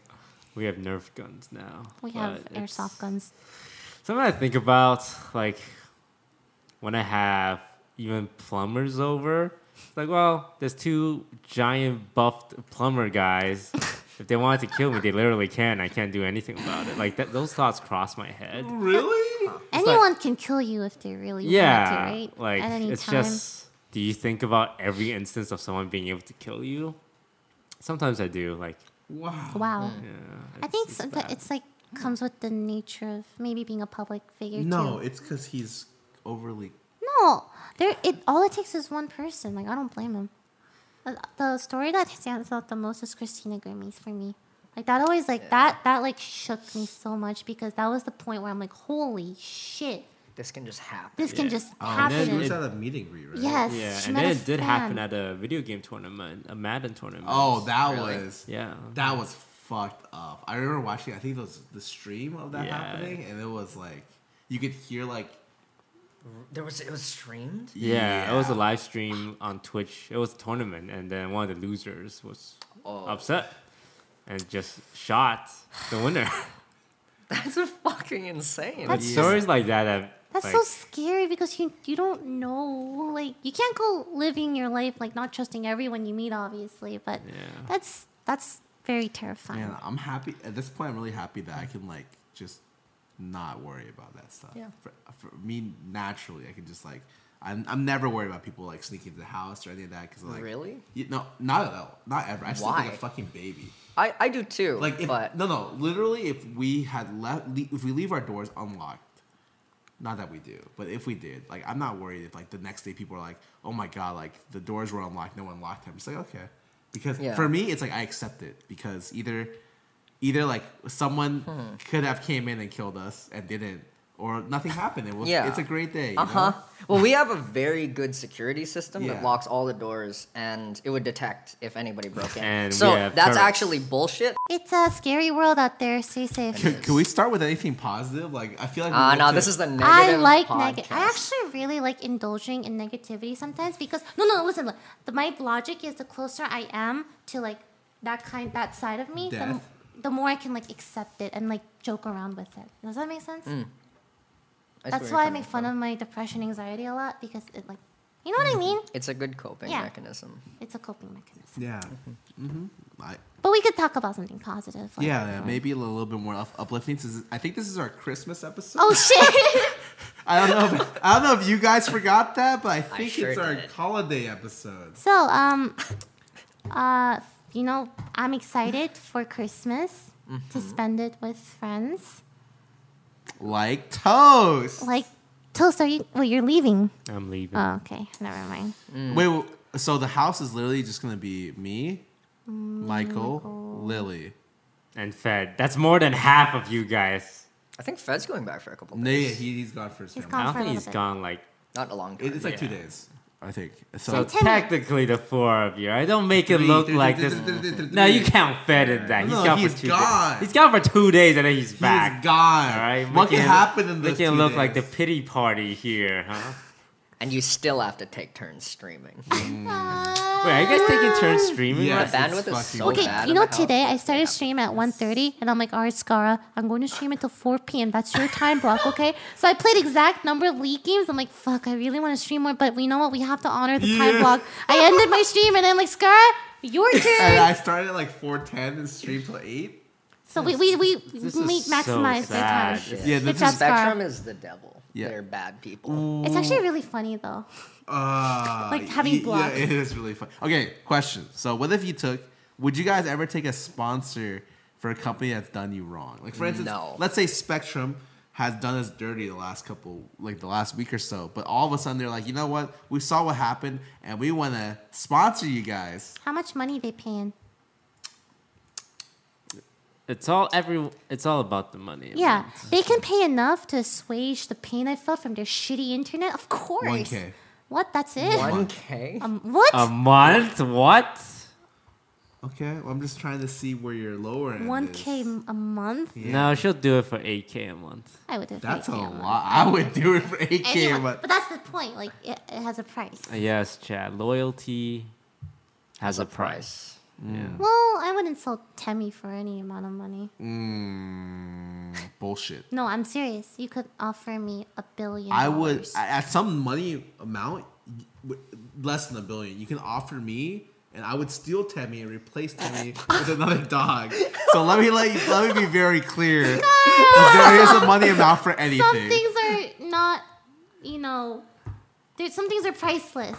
Speaker 5: We have Nerf guns now.
Speaker 1: we have
Speaker 5: but it's-
Speaker 1: airsoft guns.
Speaker 5: Something I think about, like when I have even plumbers over, it's like, well, there's two giant buffed plumber guys. if they wanted to kill me, they literally can. I can't do anything about it. Like that, those thoughts cross my head.
Speaker 3: really?
Speaker 1: Anyone can kill you if they really
Speaker 5: Yeah,
Speaker 1: want to, right?
Speaker 5: like
Speaker 1: At any
Speaker 5: it's
Speaker 1: time.
Speaker 5: just. Do you think about every instance of someone being able to kill you? Sometimes I do. Like,
Speaker 3: Wow.
Speaker 1: wow.
Speaker 4: Mm.
Speaker 5: yeah,
Speaker 1: I
Speaker 5: it's-
Speaker 1: think
Speaker 5: it's
Speaker 1: it's,
Speaker 5: bad.
Speaker 1: it's like comes with the nature of maybe being a public figure
Speaker 3: No,
Speaker 1: too.
Speaker 3: it's because he's overly.
Speaker 1: No, there. It all it takes is one person. Like I don't blame him. Uh, The story that stands out the most is Christina Grimmie's for me. Like that always like that that like shook me so much because that was the point where I'm like, holy shit,
Speaker 4: This can just happen.
Speaker 1: this can
Speaker 5: Yeah.
Speaker 1: just
Speaker 3: Oh, and then
Speaker 1: happen.
Speaker 3: he was at a meeting, right?
Speaker 1: yes,
Speaker 5: Yeah,
Speaker 1: she
Speaker 5: and
Speaker 1: met
Speaker 5: then
Speaker 1: a
Speaker 5: it did happen
Speaker 1: fan.
Speaker 5: at a video game tournament, a Madden tournament.
Speaker 3: Oh, that
Speaker 4: Really?
Speaker 3: was.
Speaker 5: yeah.
Speaker 3: That was fucked up. I remember watching. I think it was the stream of that
Speaker 5: Yeah.
Speaker 3: happening, and it was like you could hear like.
Speaker 4: There was it was streamed.
Speaker 5: yeah, it was a live stream on Twitch. It was a tournament, and then one of the losers was
Speaker 4: Oh.
Speaker 5: upset and just shot the winner.
Speaker 4: That's a fucking insane.
Speaker 5: Like,
Speaker 1: That's
Speaker 5: stories like that. Have,
Speaker 1: That's
Speaker 5: like,
Speaker 1: so scary because you you don't know like you can't go living your life like not trusting everyone you meet obviously, but
Speaker 5: Yeah.
Speaker 1: that's that's very terrifying.
Speaker 3: Man, I'm happy at this point. I'm really happy that I can like just not worry about that stuff.
Speaker 4: Yeah.
Speaker 3: For, for me, naturally, I can just like I'm, I'm never worried about people like sneaking into the house or any of that because like
Speaker 4: Really?
Speaker 3: you, no, not at all, not ever. I sleep like
Speaker 4: Why?
Speaker 3: a fucking baby.
Speaker 4: I, I do too.
Speaker 3: Like if
Speaker 4: but
Speaker 3: no, no, literally, if we had left, le- if we leave our doors unlocked, not that we do, but if we did, like I'm not worried if like the next day people are like, oh my god, like the doors were unlocked, no one locked them. It's like okay, because
Speaker 4: Yeah.
Speaker 3: for me, it's like I accept it because either, either like someone
Speaker 4: Hmm.
Speaker 3: could have came in and killed us and didn't, or nothing happened. It was
Speaker 4: Yeah.
Speaker 3: it's a great day. You
Speaker 4: Uh huh.
Speaker 3: Know?
Speaker 4: Well, we have a very good security system
Speaker 3: Yeah.
Speaker 4: that locks all the doors, and it would detect if anybody broke in.
Speaker 5: And we
Speaker 4: so
Speaker 5: have
Speaker 4: that's
Speaker 5: turrets.
Speaker 4: actually bullshit.
Speaker 1: It's a scary world out there. Stay safe.
Speaker 3: Can, can we start with anything positive? Like I feel like we
Speaker 4: Ah,
Speaker 3: went
Speaker 4: no,
Speaker 3: to-
Speaker 4: this is the
Speaker 1: I
Speaker 4: negative.
Speaker 1: like
Speaker 4: podcast.
Speaker 1: negative. I actually really like indulging in negativity sometimes because no, no. Listen, look, the, my logic is the closer I am to like that kind that side of me, the, m-
Speaker 3: Death.
Speaker 1: the more I can like accept it and like joke around with it. Does that make sense?
Speaker 4: I see Mm, where
Speaker 1: That's
Speaker 4: you're
Speaker 1: why I
Speaker 4: coming
Speaker 1: make fun of my depression, anxiety a lot because it like, you know what I mean?
Speaker 4: from. It's a good coping
Speaker 1: Yeah.
Speaker 4: mechanism.
Speaker 1: It's a coping mechanism.
Speaker 3: yeah. Mm-hmm. I,
Speaker 1: But we could talk about something positive. Like,
Speaker 3: Yeah, yeah, maybe a little bit more up- uplifting. Since I think this is our Christmas episode.
Speaker 1: Oh shit!
Speaker 3: I don't know. If, I don't know if you guys forgot that, but I think
Speaker 4: sure
Speaker 3: it's our
Speaker 4: did.
Speaker 3: holiday episode.
Speaker 1: So, um, uh, you know, I'm excited for Christmas
Speaker 4: Mm-hmm.
Speaker 1: to spend it with friends.
Speaker 3: Like toast.
Speaker 1: Like, Toast, are you? Well, you're leaving.
Speaker 5: I'm leaving.
Speaker 1: Oh, okay. Never mind.
Speaker 3: Wait, wait, so the house is literally just gonna be me,
Speaker 1: Mm,
Speaker 3: Michael, Lily.
Speaker 5: and fed. That's more than half of you guys.
Speaker 4: I think Fed's going back for a couple
Speaker 3: No,
Speaker 4: days.
Speaker 3: yeah, he, he's gone for his
Speaker 1: He's
Speaker 3: family.
Speaker 5: I
Speaker 1: Gone
Speaker 5: don't
Speaker 1: for a
Speaker 5: think
Speaker 1: little
Speaker 5: he's
Speaker 1: bit.
Speaker 5: gone. Like
Speaker 4: Not a long time.
Speaker 3: It- It's like two
Speaker 5: Yeah.
Speaker 3: days, I think.
Speaker 5: so,
Speaker 3: So
Speaker 1: ten-
Speaker 5: technically the four of you. I don't make it
Speaker 3: Three,
Speaker 5: look
Speaker 3: three,
Speaker 5: like
Speaker 3: three,
Speaker 5: this.
Speaker 3: three, three, three,
Speaker 5: No, you
Speaker 3: three.
Speaker 5: can't fed in that. He's
Speaker 3: No,
Speaker 5: gone
Speaker 3: he's
Speaker 5: for two
Speaker 3: gone.
Speaker 5: days. He's gone for two days and then he's
Speaker 3: he's
Speaker 5: back.
Speaker 3: gone.
Speaker 5: All right,
Speaker 3: what
Speaker 5: making
Speaker 3: can
Speaker 5: it-
Speaker 3: happen in this?
Speaker 5: Making it
Speaker 3: two
Speaker 5: look like the
Speaker 3: days?
Speaker 5: pity party here, huh?
Speaker 4: and you still have to take turns streaming.
Speaker 5: Wait, are you guys taking turns streaming?
Speaker 3: Yes,
Speaker 5: right
Speaker 4: The bandwidth
Speaker 3: it's
Speaker 4: is
Speaker 3: fucking
Speaker 4: so
Speaker 3: bad.
Speaker 1: Okay,
Speaker 4: bad
Speaker 1: you
Speaker 4: in
Speaker 1: know
Speaker 4: the house.
Speaker 1: today I started stream at 1.30 and I'm like, all right, Skara, I'm going to stream until 4 p.m. That's your time block, okay? So I played exact number of league games. I'm like, fuck, I really want to stream more, but we know what? We have to honor the time
Speaker 3: Yeah.
Speaker 1: block. I ended my stream and I'm like, Skara, your
Speaker 3: And
Speaker 1: turn.
Speaker 3: I started at like four ten and streamed till eight.
Speaker 1: So we we we,
Speaker 5: This
Speaker 1: we
Speaker 5: is so
Speaker 1: maximize their time.
Speaker 5: sad.
Speaker 3: Yeah,
Speaker 1: Good
Speaker 3: this
Speaker 1: job,
Speaker 3: is.
Speaker 4: Spectrum
Speaker 1: Skara.
Speaker 4: is the devil.
Speaker 3: Yeah.
Speaker 4: They're bad people.
Speaker 1: It's actually really funny though.
Speaker 3: Uh,
Speaker 1: Like having
Speaker 3: y-
Speaker 1: blocks.
Speaker 3: Yeah, it is really fun. Okay, question. So, what if you took? Would you guys ever take a sponsor for a company that's done you wrong? Like, for instance,
Speaker 4: No.
Speaker 3: let's say Spectrum has done us dirty the last couple, like the last week or so. But all of a sudden, they're like, you know what? We saw what happened, and we want to sponsor you guys.
Speaker 1: How much money they paying?
Speaker 5: it's all every it's all about the money. I
Speaker 1: Yeah,
Speaker 5: mean,
Speaker 1: they can pay enough to assuage the pain I felt from their shitty internet. Of course.
Speaker 3: 1K.
Speaker 1: What? That's it?
Speaker 4: One k.
Speaker 1: Um, what?
Speaker 5: a month? What?
Speaker 3: Okay, well, I'm just trying to see where your lower end
Speaker 1: One
Speaker 3: is.
Speaker 1: K m- a month?
Speaker 3: Yeah.
Speaker 5: No, she'll do it for eight k a month.
Speaker 1: I would do it. for
Speaker 3: That's a
Speaker 1: 8K month.
Speaker 3: lot. I would do it for 8K
Speaker 1: Anyone-
Speaker 3: a month.
Speaker 1: but that's the point. Like, it, it has a price.
Speaker 5: Uh, Yes, Chad. Loyalty has a price. Yeah.
Speaker 1: Well, I wouldn't sell Temmie for any amount of money.
Speaker 3: Mm, bullshit.
Speaker 1: No, I'm serious. You could offer me a billion.
Speaker 3: I would
Speaker 1: dollars.
Speaker 3: at some money amount, w- less than a billion. You can offer me, and I would steal Tammy and replace Tammy with another dog. So let me let, you, let me be very clear. there is a money amount for anything.
Speaker 1: Some things are not, you know, there, some things are priceless.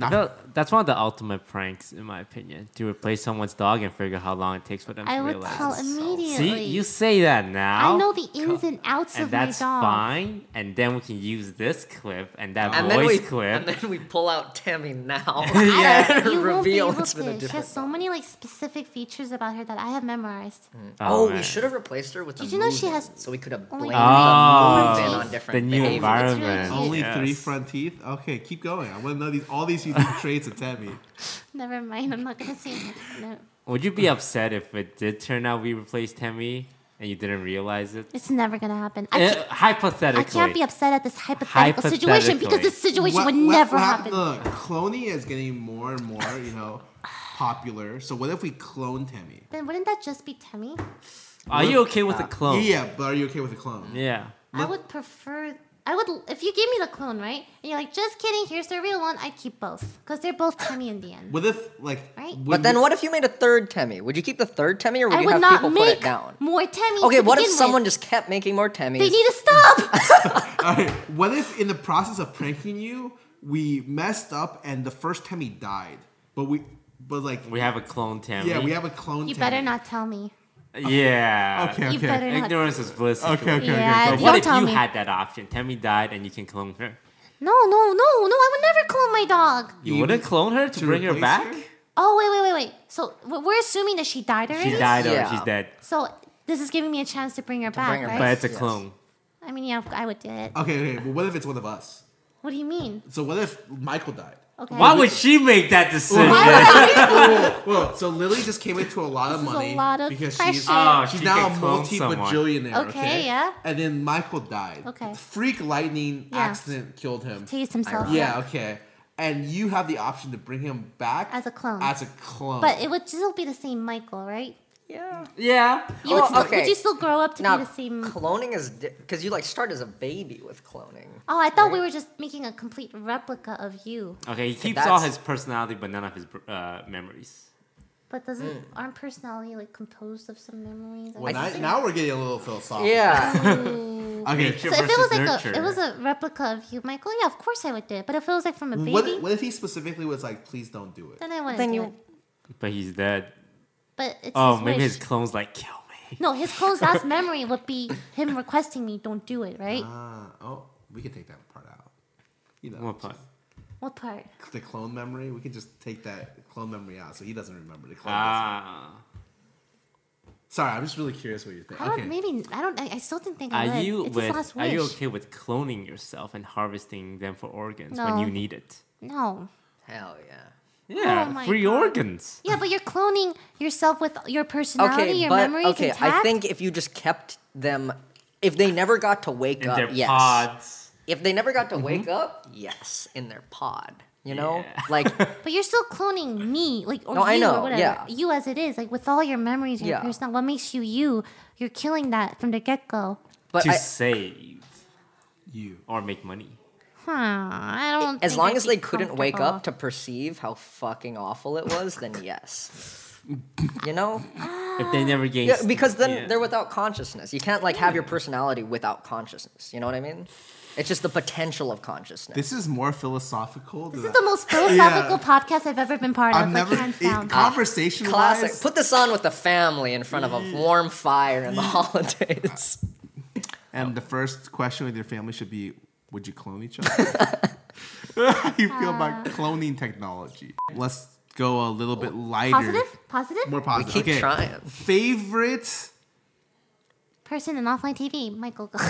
Speaker 5: I feel- that's one of the ultimate pranks, in my opinion, to replace someone's dog and figure out how long it takes for them
Speaker 1: I
Speaker 5: to
Speaker 1: would
Speaker 5: realize.
Speaker 1: tell immediately.
Speaker 5: See, you say that now.
Speaker 1: I know the ins and outs
Speaker 5: and
Speaker 1: of
Speaker 5: that's
Speaker 1: my dog.
Speaker 5: fine. And then we can use this clip and that
Speaker 4: And then
Speaker 5: voice
Speaker 4: we and
Speaker 5: clip.
Speaker 4: then we pull out Tammy now.
Speaker 1: I don't- you won't be
Speaker 4: reveal
Speaker 1: able
Speaker 4: it's been
Speaker 1: to.
Speaker 4: a
Speaker 1: She
Speaker 4: different
Speaker 1: has so many like specific features about her that I have memorized.
Speaker 4: Oh, we
Speaker 5: man.
Speaker 4: should have replaced her with.
Speaker 1: Did
Speaker 4: a
Speaker 1: you know she
Speaker 4: move-in,
Speaker 1: has
Speaker 4: So we could have
Speaker 1: only three
Speaker 4: blamed
Speaker 5: Oh,
Speaker 4: the move in on
Speaker 1: teeth?
Speaker 5: the
Speaker 4: different
Speaker 5: new
Speaker 4: behaviors.
Speaker 5: environment.
Speaker 1: cute.
Speaker 3: Only
Speaker 5: Yes.
Speaker 3: three front teeth. Okay, keep going. I want to know these all these unique traits of Tammy.
Speaker 1: Never mind. I'm not gonna say. it. No,
Speaker 5: Would you be upset if it did turn out we replaced Hemi and you didn't realize it?
Speaker 1: it's never gonna happen. I
Speaker 5: Eh,
Speaker 1: can't,
Speaker 5: hypothetically,
Speaker 1: I can't be upset at this hypothetical situation because this situation
Speaker 3: What-
Speaker 1: would
Speaker 3: what-
Speaker 1: never
Speaker 3: what hap-
Speaker 1: happen.
Speaker 3: Look, cloning is getting more and more, you know, popular. So what if we clone Tammy?
Speaker 1: Then wouldn't that just be Temmie?
Speaker 5: Are you okay with a
Speaker 4: Uh,
Speaker 5: clone?
Speaker 3: Yeah, yeah, but are you okay with a clone?
Speaker 5: Oh. Yeah.
Speaker 1: I would prefer. I would if you gave me the clone, right? And you're like, just kidding. Here's the real one. I keep both because they're both Temmie in the end.
Speaker 3: What if like?
Speaker 1: Right.
Speaker 3: would
Speaker 4: But then
Speaker 3: we-
Speaker 4: what if you made a third Temmie? Would you keep the third Temmie or would
Speaker 1: I
Speaker 4: you
Speaker 1: would
Speaker 4: have
Speaker 1: not
Speaker 4: people put it
Speaker 1: make
Speaker 4: down?
Speaker 1: more Temmies.
Speaker 4: Okay,
Speaker 1: to
Speaker 4: what if
Speaker 1: begin
Speaker 4: someone
Speaker 1: with.
Speaker 4: just kept making more
Speaker 1: They
Speaker 4: Temmies?
Speaker 1: need to stop.
Speaker 3: Alright, what if in the process of pranking you, we messed up and the first time he died, but we, but like,
Speaker 5: We have a clone Tammy.
Speaker 3: yeah, we have a clone.
Speaker 1: you
Speaker 3: Tammy.
Speaker 1: better not tell me.
Speaker 5: Yeah.
Speaker 3: Okay, okay.
Speaker 1: You better not.
Speaker 5: Ignorance is bliss.
Speaker 3: Okay,
Speaker 5: situation.
Speaker 3: okay,
Speaker 1: Yeah,
Speaker 3: okay.
Speaker 5: But
Speaker 1: don't
Speaker 5: what if
Speaker 1: tell
Speaker 5: you
Speaker 1: me.
Speaker 5: had that option? Tammy died and you can clone her.
Speaker 1: No, no, no, no! I would never clone my dog.
Speaker 5: You,
Speaker 3: You
Speaker 5: wouldn't
Speaker 3: mean
Speaker 5: clone her to,
Speaker 3: to
Speaker 5: bring her
Speaker 3: replace
Speaker 5: back?
Speaker 3: her?
Speaker 1: Oh wait, wait, wait, wait. So w- we're assuming that she died already.
Speaker 5: She died or
Speaker 4: Yeah.
Speaker 5: she's dead.
Speaker 1: So this is giving me a chance to bring her back,
Speaker 4: bring her
Speaker 1: right?
Speaker 5: But it's a
Speaker 4: Yes.
Speaker 5: clone.
Speaker 1: I mean, yeah, I would do it.
Speaker 3: Okay, okay. But what if it's one of us?
Speaker 1: What do you mean?
Speaker 3: So what if Michael died?
Speaker 1: Okay.
Speaker 5: Why would she make that decision?
Speaker 1: Why would I-
Speaker 3: Well, so Lily just came into a lot of
Speaker 1: This is a
Speaker 3: money
Speaker 1: lot of
Speaker 3: because she's
Speaker 1: pressure.
Speaker 5: Oh,
Speaker 3: she's
Speaker 5: she
Speaker 3: now
Speaker 5: can
Speaker 3: a
Speaker 5: clone someone.
Speaker 3: multi-bajillionaire. Okay,
Speaker 1: Okay, yeah.
Speaker 3: And then Michael died.
Speaker 1: Okay.
Speaker 3: Freak lightning
Speaker 1: Yeah.
Speaker 3: accident killed him.
Speaker 1: Taste himself.
Speaker 3: Yeah, okay. And you have the option to bring him back
Speaker 1: As a clone.
Speaker 3: As a clone.
Speaker 1: But it would still be the same Michael, right?
Speaker 4: Yeah.
Speaker 5: Yeah.
Speaker 1: You would,
Speaker 4: Oh,
Speaker 1: still,
Speaker 4: okay.
Speaker 1: would you still grow up to
Speaker 4: Now
Speaker 1: be the same?
Speaker 4: cloning is because you like start as a baby with cloning.
Speaker 1: Oh, I thought we were just making a complete replica of you.
Speaker 5: Okay, he keeps
Speaker 4: that's-
Speaker 5: all his personality, but none of his uh, memories.
Speaker 1: But doesn't aren't personality like composed of some memories? or
Speaker 3: Well, now,
Speaker 1: something?
Speaker 3: now we're getting a little
Speaker 4: Oh.
Speaker 3: philosophical.
Speaker 4: Yeah.
Speaker 1: Ooh.
Speaker 3: Okay.
Speaker 5: Nature
Speaker 1: so if it was
Speaker 5: versus
Speaker 1: like
Speaker 5: nurture.
Speaker 1: a it was a replica of you, Michael, yeah, of course I would do it. But if it was like from a baby,
Speaker 3: What, if- what if he specifically was like, please don't do it?
Speaker 1: then I wouldn't
Speaker 4: Then
Speaker 1: do
Speaker 4: you-
Speaker 1: it.
Speaker 5: but he's dead.
Speaker 1: But it's
Speaker 5: Oh,
Speaker 1: his
Speaker 5: maybe
Speaker 1: wish.
Speaker 5: his clone's like, kill me.
Speaker 1: No, his close last memory would be him requesting me, "Don't do it." Right?
Speaker 3: Ah, oh, we can take that part out. You know,
Speaker 5: What part?
Speaker 1: what part?
Speaker 3: just the clone memory. We can just take that clone memory out, so he doesn't remember the clone. memory.
Speaker 5: Ah.
Speaker 3: Sorry, I'm just really curious what you think.
Speaker 1: I don't.
Speaker 3: Okay.
Speaker 1: Uh, Maybe I don't. I, I still didn't think I
Speaker 5: Are
Speaker 1: would.
Speaker 5: you
Speaker 1: it's his last
Speaker 5: with,
Speaker 1: wish.
Speaker 5: Are you okay with cloning yourself and harvesting them for organs
Speaker 1: No.
Speaker 5: when you need it?
Speaker 1: No.
Speaker 4: Hell yeah.
Speaker 5: Yeah,
Speaker 1: my
Speaker 5: free
Speaker 1: God.
Speaker 5: organs.
Speaker 1: Yeah, but you're cloning yourself with your personality, your memories
Speaker 4: okay,
Speaker 1: intact.
Speaker 4: I think if you just kept them, if they never got to wake
Speaker 5: In
Speaker 4: up,
Speaker 5: their
Speaker 4: yes.
Speaker 5: pods.
Speaker 4: If they never
Speaker 3: Mm-hmm.
Speaker 4: got to wake up, yes, in their pod. You know, like
Speaker 1: But you're still cloning me, like or
Speaker 4: No,
Speaker 1: you
Speaker 4: I
Speaker 1: or
Speaker 4: know,
Speaker 1: whatever.
Speaker 4: yeah.
Speaker 1: You as it is, like with all your memories, your
Speaker 4: Yeah.
Speaker 1: personal. What makes you you? You're killing that from the get go.
Speaker 4: but
Speaker 5: to
Speaker 4: I,
Speaker 5: save
Speaker 3: You.
Speaker 5: or make money.
Speaker 1: Huh? I don't.
Speaker 4: as
Speaker 1: think
Speaker 4: long
Speaker 1: I'd
Speaker 4: as
Speaker 1: be
Speaker 4: they couldn't wake
Speaker 1: comfortable.
Speaker 4: up to perceive how fucking awful it was, then yes. You know,
Speaker 5: If they never gain.
Speaker 4: yeah, because then
Speaker 5: yeah.
Speaker 4: they're without consciousness. You can't like have your personality without consciousness. You know what I mean? It's just the potential of consciousness.
Speaker 3: This is more philosophical.
Speaker 1: This is the most philosophical
Speaker 3: Yeah.
Speaker 1: podcast I've ever been part of. like
Speaker 3: I've never
Speaker 1: hands
Speaker 3: it,
Speaker 1: down.
Speaker 3: conversation
Speaker 4: Classic.
Speaker 3: wise.
Speaker 4: Put this on with the family in front of a warm fire in the holidays.
Speaker 3: And the first question with your family should be,
Speaker 1: Uh.
Speaker 3: would you clone each other? How do you feel about cloning technology? Let's go a little bit lighter.
Speaker 1: Oh. Positive? Positive?
Speaker 3: More
Speaker 4: We
Speaker 3: positive.
Speaker 4: keep
Speaker 3: okay.
Speaker 4: trying.
Speaker 3: Favorite
Speaker 1: Person in offline TV, Michael. Go-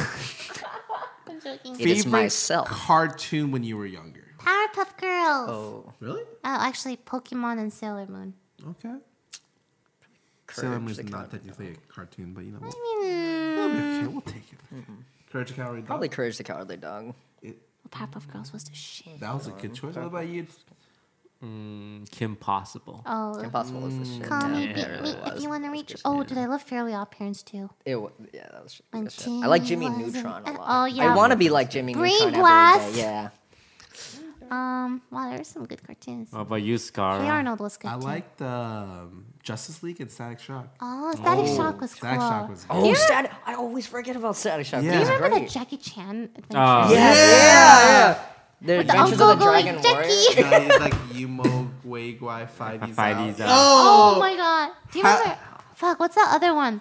Speaker 1: I'm joking.
Speaker 4: It is
Speaker 3: favorite
Speaker 4: myself.
Speaker 3: cartoon when you were younger.
Speaker 1: Powerpuff Girls. Oh.
Speaker 4: Oh,
Speaker 3: Really?
Speaker 1: actually, Pokemon and Sailor Moon.
Speaker 3: Okay. Sailor
Speaker 4: Courage
Speaker 3: Moon's
Speaker 4: the
Speaker 3: not
Speaker 4: Cowardly
Speaker 3: technically a cartoon, but you know,
Speaker 1: I
Speaker 3: we'll,
Speaker 1: mean,
Speaker 3: okay, we'll take it. Courage the Cowardly Dog.
Speaker 4: Probably Courage the Cowardly Dog.
Speaker 1: Powerpuff Girls was the shit.
Speaker 3: That was a good choice. What about you?
Speaker 5: Mm, Kim Possible.
Speaker 1: Oh,
Speaker 4: Impossible is the shit.
Speaker 1: call
Speaker 4: Mm. yeah,
Speaker 1: me,
Speaker 4: it
Speaker 1: beat
Speaker 4: really
Speaker 1: me if
Speaker 4: was.
Speaker 1: you want to reach. Oh, did I love Fairly Odd Parents too?
Speaker 4: It wa- yeah, that was sh-
Speaker 1: When
Speaker 4: good shit. I like Jimmy
Speaker 1: Tim was in-
Speaker 4: Neutron a
Speaker 1: and-
Speaker 4: lot.
Speaker 1: oh, yeah.
Speaker 4: I want to be like Jimmy Neutron every
Speaker 1: Brainblast.
Speaker 4: day. Yeah.
Speaker 1: Um, wow, there are some good cartoons.
Speaker 5: What about you, Scar?
Speaker 1: Hey Arnold was good
Speaker 3: Uh, I
Speaker 1: too.
Speaker 3: like the um, Justice League and Static Shock.
Speaker 1: Oh, Static Shock was cool.
Speaker 3: Static Shock was
Speaker 4: Oh, Stat- I always forget about Static Shock.
Speaker 3: Yeah.
Speaker 1: Do
Speaker 4: He's
Speaker 1: you remember
Speaker 4: great.
Speaker 1: the Jackie Chan adventure?
Speaker 5: Oh,
Speaker 4: Yeah, yeah. The
Speaker 1: With the
Speaker 4: Adventures
Speaker 1: uncle
Speaker 4: of the Dragon
Speaker 1: going, Jackie.
Speaker 4: Warrior.
Speaker 3: No, it's like Yumo Gui Guai Five E's
Speaker 5: Five
Speaker 3: Out.
Speaker 5: E's Out.
Speaker 3: Oh,
Speaker 1: Oh my god. Do you
Speaker 3: Ha-
Speaker 1: remember? Fuck, what's that other one?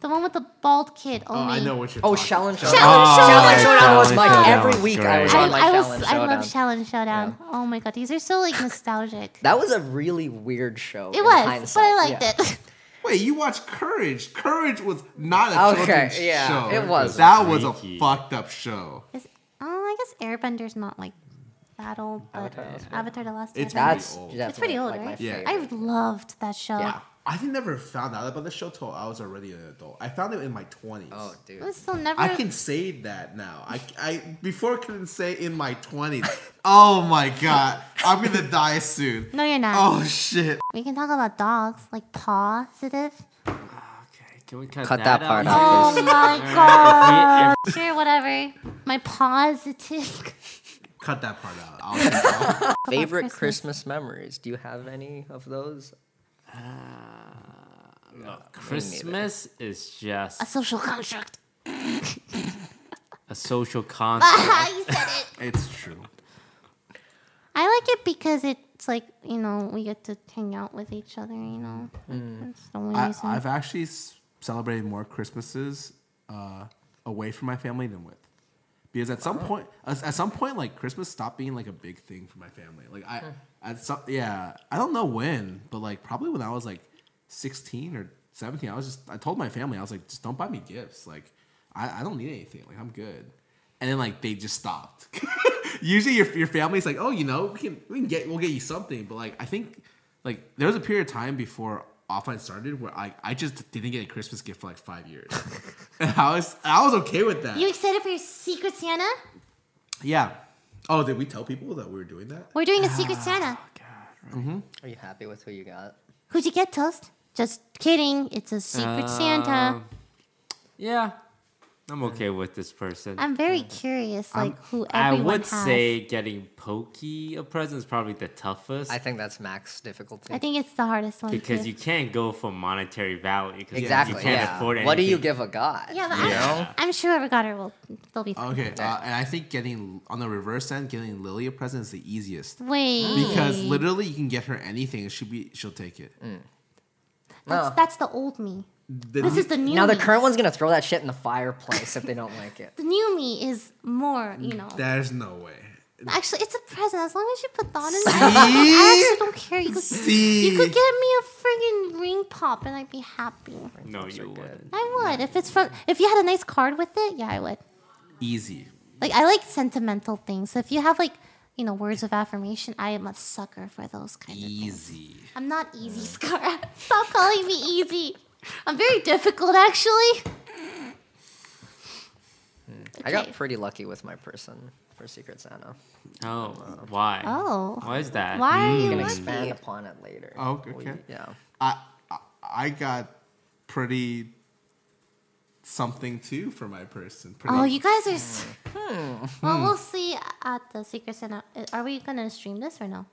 Speaker 1: The one with the bald kid. Oh,
Speaker 3: Oh, I know what you're
Speaker 4: Oh,
Speaker 3: talking
Speaker 4: Shaolin
Speaker 1: Shaolin
Speaker 4: Showdown.
Speaker 1: Showdown.
Speaker 4: Shaolin Showdown was my
Speaker 5: Showdown
Speaker 4: every
Speaker 5: was
Speaker 4: week.
Speaker 5: great.
Speaker 4: I was
Speaker 1: I,
Speaker 4: on my
Speaker 1: I was,
Speaker 4: Shaolin
Speaker 1: I love
Speaker 4: Showdown.
Speaker 1: Shaolin Showdown. Oh my god, these are so like nostalgic.
Speaker 4: That was a really weird show.
Speaker 1: it
Speaker 4: in
Speaker 1: was, but
Speaker 4: hindsight,
Speaker 1: I liked
Speaker 4: yeah.
Speaker 1: it.
Speaker 3: Wait, you watched Courage. Courage was not a
Speaker 4: Okay,
Speaker 3: children's
Speaker 4: yeah,
Speaker 3: show.
Speaker 4: it was.
Speaker 3: That was a
Speaker 5: Freaky.
Speaker 3: fucked up show.
Speaker 1: Is- oh, I guess Airbender's not like that old, but
Speaker 4: Avatar
Speaker 1: Avatar,
Speaker 4: is
Speaker 1: the Last Airbender.
Speaker 3: It's pretty
Speaker 4: That's
Speaker 3: old.
Speaker 4: definitely
Speaker 1: it's pretty old,
Speaker 4: like my
Speaker 1: right?
Speaker 3: Yeah.
Speaker 4: favorite.
Speaker 1: I loved that show.
Speaker 4: Yeah.
Speaker 3: I never found out about the show till I was already an adult. I found it in my twenties.
Speaker 4: Oh,
Speaker 1: It
Speaker 4: dude.
Speaker 1: was still never.
Speaker 3: I can say that now. I, I before couldn't say in my twenties. oh my god, I'm gonna die soon.
Speaker 1: no, you're not.
Speaker 3: Oh shit.
Speaker 1: We can talk about dogs, like positive.
Speaker 5: Okay, can we cut,
Speaker 4: Cut that part
Speaker 5: out?
Speaker 4: out.
Speaker 1: Oh my god. sure, whatever. My positive.
Speaker 3: Cut that part out. I'll
Speaker 4: Favorite Christmas.
Speaker 1: Christmas.
Speaker 4: memories? Do you have any of those?
Speaker 5: Look, Christmas is just
Speaker 1: A social construct.
Speaker 5: a social concept.
Speaker 1: you said it.
Speaker 3: it's true.
Speaker 1: I like it because it's like you know we get to hang out with each other. You know, that's the only
Speaker 3: I,
Speaker 1: reason.
Speaker 3: I've actually s- celebrated more Christmases uh, away from my family than with, because at some point, at, at some point, like Christmas stopped being like a big thing for my family. Like I, at some, yeah, I don't know when, but like probably when I was like sixteen or seventeen, I was just I told my family I was like, just don't buy me gifts. Like I, I don't need anything. Like I'm good. And then like they just stopped. Usually your your family's like, oh, you know, we can we can get we'll get you something. But like I think like there was a period of time before offline started where I, I just didn't get a Christmas gift for like five years. and I was I was okay with that.
Speaker 1: you excited for your secret Santa?
Speaker 3: yeah. Oh, did we tell people that we were doing that?
Speaker 1: We're doing a secret Santa.
Speaker 4: Are you happy with who you got?
Speaker 1: Who'd you get, Toast? Just kidding. It's a secret Santa.
Speaker 5: Um, yeah, I'm okay with this person.
Speaker 1: I'm very curious, like who
Speaker 5: I
Speaker 1: everyone
Speaker 5: would
Speaker 1: has.
Speaker 5: say getting Pokey a present is probably the toughest
Speaker 4: I think that's max difficulty.
Speaker 1: I think it's the hardest one
Speaker 5: because
Speaker 1: too.
Speaker 5: you can't go for monetary value. 'cause
Speaker 4: exactly.
Speaker 5: You can't
Speaker 4: yeah.
Speaker 5: afford anything.
Speaker 4: what do you give a god?
Speaker 1: Yeah, but
Speaker 4: you know?
Speaker 1: I'm, I'm sure whoever got her will they'll be fine.
Speaker 3: Okay, uh, and I think getting on the reverse end, getting Lily a present is the easiest
Speaker 1: Wait,
Speaker 3: because literally you can get her anything, she'll be she'll take it.
Speaker 1: Mm. that's,
Speaker 4: No.
Speaker 1: that's the old me.
Speaker 3: The-
Speaker 1: This is the new
Speaker 4: Now the
Speaker 1: me.
Speaker 4: current one's gonna throw that shit in the fireplace if they don't like it.
Speaker 1: the new me is more, you know.
Speaker 3: There's no way.
Speaker 1: Actually, it's a present as long as you put that in. I
Speaker 3: See?
Speaker 1: actually don't care. You could,
Speaker 3: See?
Speaker 1: you could get me a friggin' ring pop, and I'd be happy.
Speaker 5: No,
Speaker 4: Those are
Speaker 5: you
Speaker 4: good.
Speaker 5: wouldn't.
Speaker 1: I would if it's from if you had a nice card with it. Yeah, I would.
Speaker 3: Easy.
Speaker 1: Like I like sentimental things. So if you have like you know words of affirmation, I am a sucker for those kind of things.
Speaker 3: Easy.
Speaker 1: I'm not easy, Scar. Stop calling me easy. I'm very difficult, actually.
Speaker 4: I got
Speaker 1: Okay.
Speaker 4: pretty lucky with my person for Secret Santa.
Speaker 5: Oh, why?
Speaker 1: Oh.
Speaker 5: Why is that?
Speaker 1: Why
Speaker 3: Hmm.
Speaker 1: are
Speaker 4: We
Speaker 1: you
Speaker 4: can
Speaker 1: lucky?
Speaker 4: expand upon it later.
Speaker 3: Oh,
Speaker 4: We-
Speaker 3: okay.
Speaker 4: yeah.
Speaker 3: I I- I got pretty something too for my person. Pretty,
Speaker 1: Oh, you guys are. s
Speaker 3: Hmm.
Speaker 1: Well, we'll see at the Secret Santa. Are we gonna stream this or no?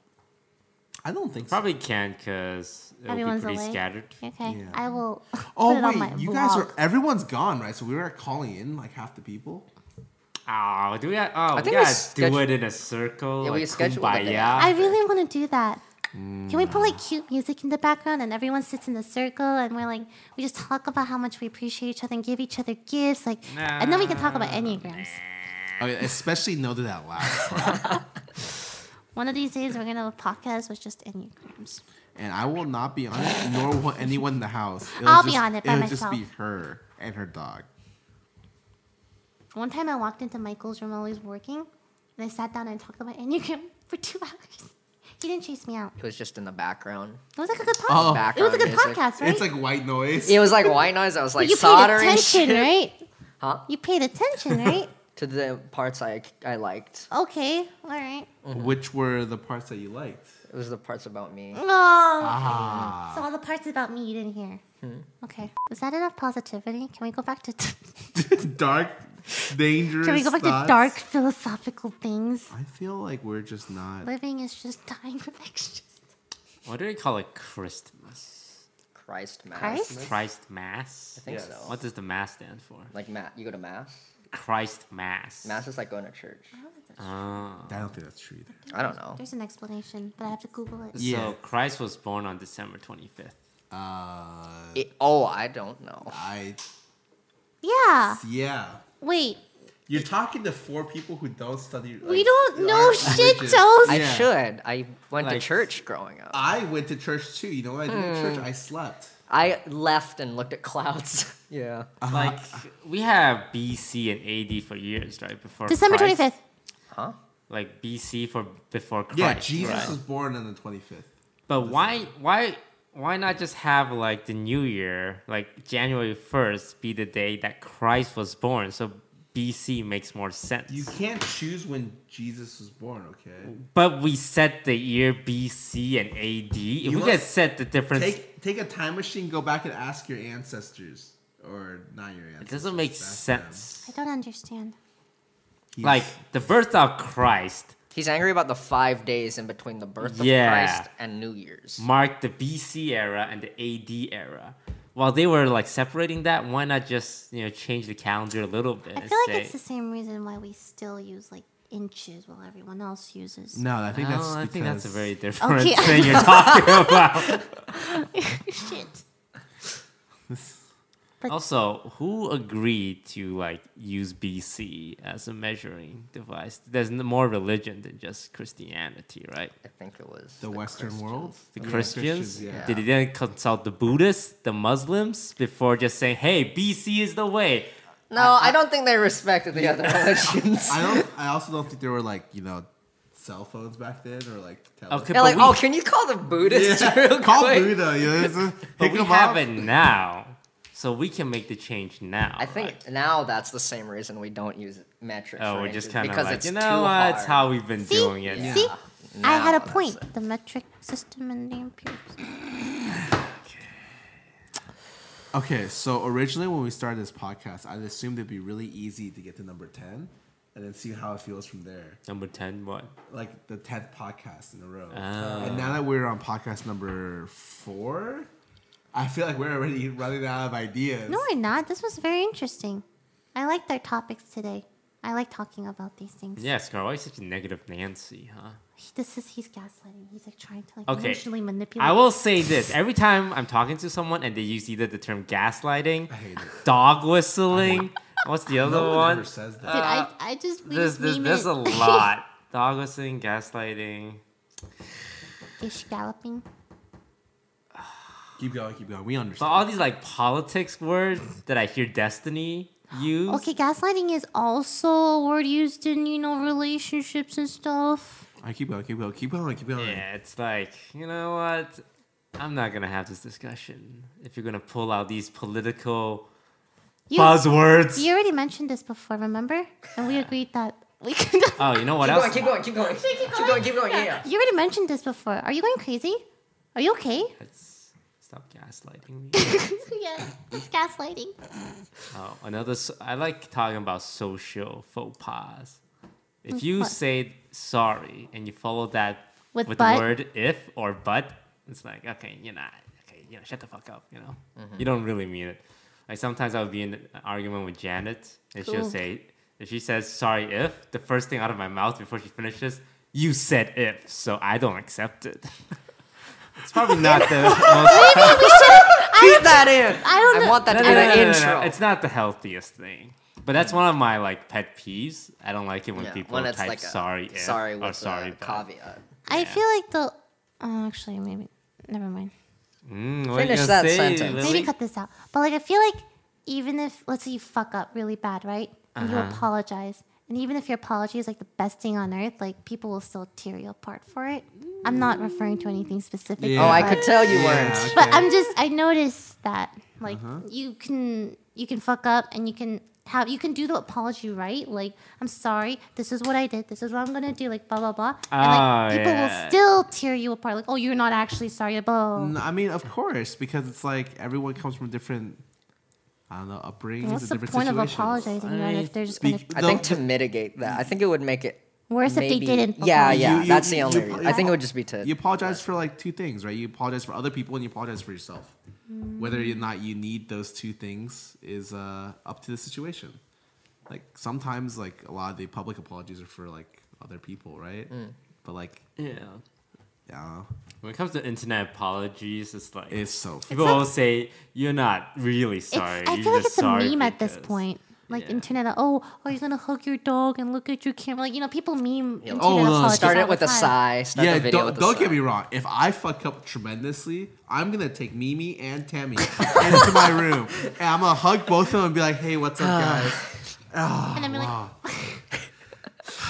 Speaker 3: I don't think so.
Speaker 5: Probably can because it'll
Speaker 1: Everyone's
Speaker 5: be pretty
Speaker 1: away.
Speaker 5: scattered.
Speaker 1: Okay,
Speaker 3: Yeah.
Speaker 1: I will.
Speaker 3: Oh
Speaker 1: put it
Speaker 3: wait,
Speaker 1: on my
Speaker 3: you guys
Speaker 1: vlog.
Speaker 3: are everyone's gone, right? So we were calling in like half the people.
Speaker 5: Oh, do we? Got, oh, we
Speaker 4: think we
Speaker 5: gotta
Speaker 4: schedule-
Speaker 5: do it in a circle.
Speaker 4: Yeah, we
Speaker 5: like
Speaker 4: scheduled it.
Speaker 5: kumbaya.
Speaker 1: I really want to do that. Can we put like
Speaker 4: Mm.
Speaker 1: cute music in the background and everyone sits in a circle and we're like, we just talk about how much we appreciate each other and give each other gifts, like, and then we can talk about enneagrams.
Speaker 3: Okay, especially know that that last. part.
Speaker 1: One of these days, we're gonna have a podcast with just enneagrams.
Speaker 3: and I will not be on it, nor will anyone in the house. It'll
Speaker 1: I'll be on it by
Speaker 3: it'll just be
Speaker 1: myself.
Speaker 3: her and her dog.
Speaker 1: One time, I walked into Michael's room while he was working, and I sat down and talked about enneagram for two hours. He didn't chase me out.
Speaker 4: It was just in the background.
Speaker 1: It was like a good podcast.
Speaker 3: Oh.
Speaker 1: it was a
Speaker 4: Background
Speaker 1: good
Speaker 4: music.
Speaker 1: podcast, right?
Speaker 3: It's like white noise.
Speaker 4: It was like white noise. I was
Speaker 1: But
Speaker 4: like
Speaker 1: you paid
Speaker 4: soldering
Speaker 1: attention,
Speaker 4: shit.
Speaker 1: right?
Speaker 4: Huh?
Speaker 1: You paid attention, right?
Speaker 4: To the parts I I liked.
Speaker 1: okay, all right.
Speaker 5: Uh-huh.
Speaker 3: Which were the parts that you liked?
Speaker 4: It was the parts about me.
Speaker 1: Oh, so all the parts about me you didn't hear. Okay, is that enough positivity? Can we go back to?
Speaker 3: dark, dangerous.
Speaker 1: can we go back to
Speaker 3: thoughts?
Speaker 1: dark philosophical things?
Speaker 3: I feel like we're just not.
Speaker 1: Living is just dying with extras.
Speaker 5: What do they call it? Christmas.
Speaker 4: Christ mass.
Speaker 1: Christ?
Speaker 5: Christ Mass. I
Speaker 4: think Yes. so.
Speaker 5: What does the Mass stand for?
Speaker 4: Like ma You go to mass.
Speaker 5: Christ Mass.
Speaker 4: Mass is like going to church.
Speaker 5: Ah.
Speaker 3: I don't think that's true. Either.
Speaker 4: I don't know.
Speaker 1: There's an explanation, but I have to Google it.
Speaker 3: Yeah.
Speaker 5: So Christ was born on December 25th.
Speaker 3: Uh,
Speaker 4: It- oh, I don't know.
Speaker 3: I
Speaker 1: Yeah.
Speaker 3: yeah.
Speaker 1: Wait.
Speaker 3: You're talking to four people who don't study.
Speaker 1: We
Speaker 3: like,
Speaker 1: don't know
Speaker 3: our
Speaker 1: shit,
Speaker 3: religion.
Speaker 1: Toast.
Speaker 4: I
Speaker 3: Yeah.
Speaker 4: should. I went to
Speaker 5: Like-
Speaker 4: church growing up.
Speaker 3: I went to church too. You know what I did
Speaker 5: Hmm.
Speaker 3: at church? I slept.
Speaker 4: I left and looked at clouds. yeah.
Speaker 5: Like we have BC and AD for years, right? Before
Speaker 1: December
Speaker 5: Christ.
Speaker 1: 25th.
Speaker 4: Huh?
Speaker 5: Like BC for before Christ.
Speaker 3: Yeah, Jesus
Speaker 5: right?
Speaker 3: was born on the 25th.
Speaker 5: But why why why not just have like the new year, like January first, be the day that Christ was born? So BC makes more sense.
Speaker 3: You can't choose when Jesus was born. Okay.
Speaker 5: but we set the year BC and AD.
Speaker 3: You
Speaker 5: If we
Speaker 3: want-
Speaker 5: just set the difference,
Speaker 3: Take take a time machine, go back and ask your ancestors, or not your
Speaker 5: it
Speaker 3: ancestors.
Speaker 5: doesn't make
Speaker 3: ask them.
Speaker 5: sense.
Speaker 1: I don't understand.
Speaker 3: He's-
Speaker 5: Like the birth of Christ
Speaker 4: He's angry about the five days in between the birth of
Speaker 5: Yeah.
Speaker 4: Christ and New Year's.
Speaker 5: marked the BC era and the AD era. While they were like separating that, why not just you know change the calendar a little bit?
Speaker 1: I
Speaker 5: and
Speaker 1: feel like
Speaker 5: say-
Speaker 1: it's the same reason why we still use like inches while everyone else uses.
Speaker 3: no, I think that's.
Speaker 5: No, "Oh, I think that's a
Speaker 3: because-
Speaker 5: very different
Speaker 1: Okay.
Speaker 5: thing you're talking about.
Speaker 1: shit.
Speaker 5: Also, who agreed to like use BC as a measuring device? There's n- more religion than just Christianity, right?
Speaker 4: I think it was
Speaker 3: the Western
Speaker 4: Christians.
Speaker 3: world.
Speaker 5: The
Speaker 3: Yeah,
Speaker 5: Christians,
Speaker 3: yeah.
Speaker 5: did they didn't consult the Buddhists, the Muslims before just saying, "Hey, BC is the way."
Speaker 3: Uh,
Speaker 4: No, I, don't think they respected the other religions.
Speaker 3: I don't. I also don't think there were like you know, cell phones back then or like. Tele-
Speaker 5: Okay,
Speaker 4: They're like,
Speaker 5: but we,
Speaker 4: oh, can you call the Buddhists
Speaker 3: Yeah.
Speaker 4: real
Speaker 3: Call
Speaker 4: quick?
Speaker 3: Buddha. You know, it's a-
Speaker 5: but
Speaker 3: pick
Speaker 5: we
Speaker 3: him
Speaker 5: have
Speaker 3: up.
Speaker 5: it now, so we can make the change now.
Speaker 4: I think
Speaker 5: right?
Speaker 4: now that's the same reason we don't use metric.
Speaker 5: Oh,
Speaker 4: for
Speaker 5: we're
Speaker 4: inches,
Speaker 5: just kind of
Speaker 4: because
Speaker 5: like,
Speaker 4: it's
Speaker 5: you
Speaker 4: too
Speaker 5: know what? It's
Speaker 4: hard.
Speaker 5: how we've been
Speaker 1: See?
Speaker 5: doing it.
Speaker 1: See? I had
Speaker 4: Now
Speaker 1: a
Speaker 4: that's
Speaker 1: point.
Speaker 4: it.
Speaker 1: The metric system and the imperial system.
Speaker 3: Okay, so originally when we started this podcast, I assumed it'd be really easy to get to number ten, and then see how it feels from there.
Speaker 5: Number ten, what?
Speaker 3: Like the tenth podcast in a row,
Speaker 5: Ah.
Speaker 3: and now that we're on podcast number four, I feel like we're already running out of ideas.
Speaker 1: No, we're not. This was very interesting. I liked our topics today. I like talking about these things.
Speaker 5: Yes, girl. Why are you such a negative Nancy, huh?
Speaker 1: He- This is he's gaslighting. He's like trying to like
Speaker 5: Okay.
Speaker 1: emotionally manipulate.
Speaker 5: I will say this: every time I'm talking to someone and they use either the term gaslighting,
Speaker 3: I hate it.
Speaker 5: dog whistling, what's the other
Speaker 3: No one
Speaker 5: one?
Speaker 3: ever says that.
Speaker 1: Dude, I, I just we
Speaker 5: There's
Speaker 1: just
Speaker 5: there's,
Speaker 1: meme
Speaker 5: there's
Speaker 1: it.
Speaker 5: a lot. Dog whistling, gaslighting.
Speaker 1: Gish galloping.
Speaker 3: Keep going, keep going. We
Speaker 5: But
Speaker 3: understand.
Speaker 5: all these like politics words that I hear Destiny use.
Speaker 1: Okay, gaslighting is also a word used in you know relationships and stuff.
Speaker 3: I keep going, keep going, keep going, keep going.
Speaker 5: Yeah, it's like you know what? I'm not gonna have this discussion if you're gonna pull out these political
Speaker 1: You,
Speaker 5: buzzwords.
Speaker 1: you already mentioned this before, remember? And we agreed that we could.
Speaker 5: oh, you know what
Speaker 4: Keep
Speaker 5: else?
Speaker 4: going, keep going, keep going, keep going, keep going. Yeah, yeah.
Speaker 1: You already mentioned this before. Are you going crazy? Are you okay?
Speaker 5: Let's stop gaslighting me.
Speaker 1: yeah, it's gaslighting.
Speaker 5: Oh, another. So- I like talking about social faux pas. If you
Speaker 1: what?
Speaker 5: say sorry and you follow that
Speaker 1: With
Speaker 5: with,
Speaker 1: but?
Speaker 5: the word if or but, it's like okay, you're not okay. You know, shut the fuck up. You know, you don't really mean it. Like sometimes I'll be in an argument with Janet, and
Speaker 1: Ooh.
Speaker 5: she'll say, if she says sorry if, the first thing out of my mouth before she finishes, you said if, so I don't accept it. it's probably not the most.
Speaker 4: Keep that in.
Speaker 1: I don't know.
Speaker 4: want that
Speaker 5: No,
Speaker 4: in
Speaker 5: no, no,
Speaker 4: the
Speaker 5: no, no, no, no.
Speaker 4: intro.
Speaker 5: It's not the healthiest thing. But that's one of my like pet peeves. I don't like it when
Speaker 4: Yeah,
Speaker 5: people
Speaker 4: when it's
Speaker 5: type
Speaker 4: like a
Speaker 5: sorry if
Speaker 4: sorry
Speaker 5: or
Speaker 4: with
Speaker 5: sorry
Speaker 4: a
Speaker 5: but.
Speaker 4: caveat.
Speaker 1: I feel like the. Oh, actually, maybe. Never mind.
Speaker 5: Mm, what are you
Speaker 4: Finish
Speaker 5: gonna
Speaker 4: that
Speaker 5: say,
Speaker 4: sentence.
Speaker 5: Lily?
Speaker 1: Maybe cut this out. But like, I feel like even if let's say you fuck up really bad, right? And
Speaker 4: Uh-huh.
Speaker 1: you apologize, and even if your apology is like the best thing on earth, like people will still tear you apart for it. I'm not referring to anything specific.
Speaker 3: Yeah.
Speaker 4: Oh, I
Speaker 1: but-
Speaker 4: could tell you
Speaker 3: Yeah,
Speaker 4: weren't.
Speaker 1: But I'm just I noticed that like
Speaker 4: Uh-huh.
Speaker 1: you can you can fuck up and you can have you can do the apology right like I'm sorry this is what I did this is what I'm gonna do like blah blah blah and like
Speaker 4: Ah,
Speaker 5: Oh,
Speaker 1: people
Speaker 5: yeah.
Speaker 1: will still tear you apart like oh you're not actually sorry blah, blah, blah.
Speaker 3: No, I mean, of course, because it's like everyone comes from different. I don't know upbringings.
Speaker 1: what's
Speaker 3: and
Speaker 1: the
Speaker 3: different
Speaker 1: point of
Speaker 3: situations.
Speaker 1: apologizing right, if they're just gonna
Speaker 3: Bec-
Speaker 4: I
Speaker 3: the-
Speaker 4: think to mitigate that, I think it would make it
Speaker 1: worse if
Speaker 4: maybe-
Speaker 1: they didn't
Speaker 4: Yeah,
Speaker 1: apologize.
Speaker 4: yeah,
Speaker 3: You- you-
Speaker 4: that's the
Speaker 3: you-
Speaker 4: only.
Speaker 3: you-
Speaker 4: reason. I think it would just be to.
Speaker 3: You apologize for like two things, right? You apologize for other people and you apologize for yourself. Whether or not you need those two things is uh, up to the situation. Like sometimes, like a lot of the public apologies are for like other people, right?
Speaker 4: Mm.
Speaker 3: But like, I
Speaker 5: Yeah.
Speaker 3: don't know.
Speaker 5: When it comes to internet apologies, it's like
Speaker 3: It's so.
Speaker 5: people
Speaker 1: not-
Speaker 5: will say you're not really sorry.
Speaker 1: It's, I
Speaker 5: you're
Speaker 1: feel like
Speaker 5: just
Speaker 1: it's a
Speaker 5: sorry
Speaker 1: meme at this
Speaker 5: because-"
Speaker 1: point. Like
Speaker 5: Yeah.
Speaker 1: internet, oh, are you gonna hug your dog and look at your camera? Like you know, people meme. internet
Speaker 3: Oh, no,
Speaker 1: apologies
Speaker 4: Start
Speaker 1: all
Speaker 4: it
Speaker 1: the
Speaker 4: with a
Speaker 1: time.
Speaker 4: sigh. Start
Speaker 3: yeah,
Speaker 4: the video
Speaker 3: don't,
Speaker 4: with a
Speaker 3: don't
Speaker 4: sigh.
Speaker 3: get me wrong. If I fuck up tremendously, I'm gonna take Mimi and Tammy into my room, and I'm gonna hug both of them and be like, "Hey, what's up, guys?
Speaker 1: And I'm like,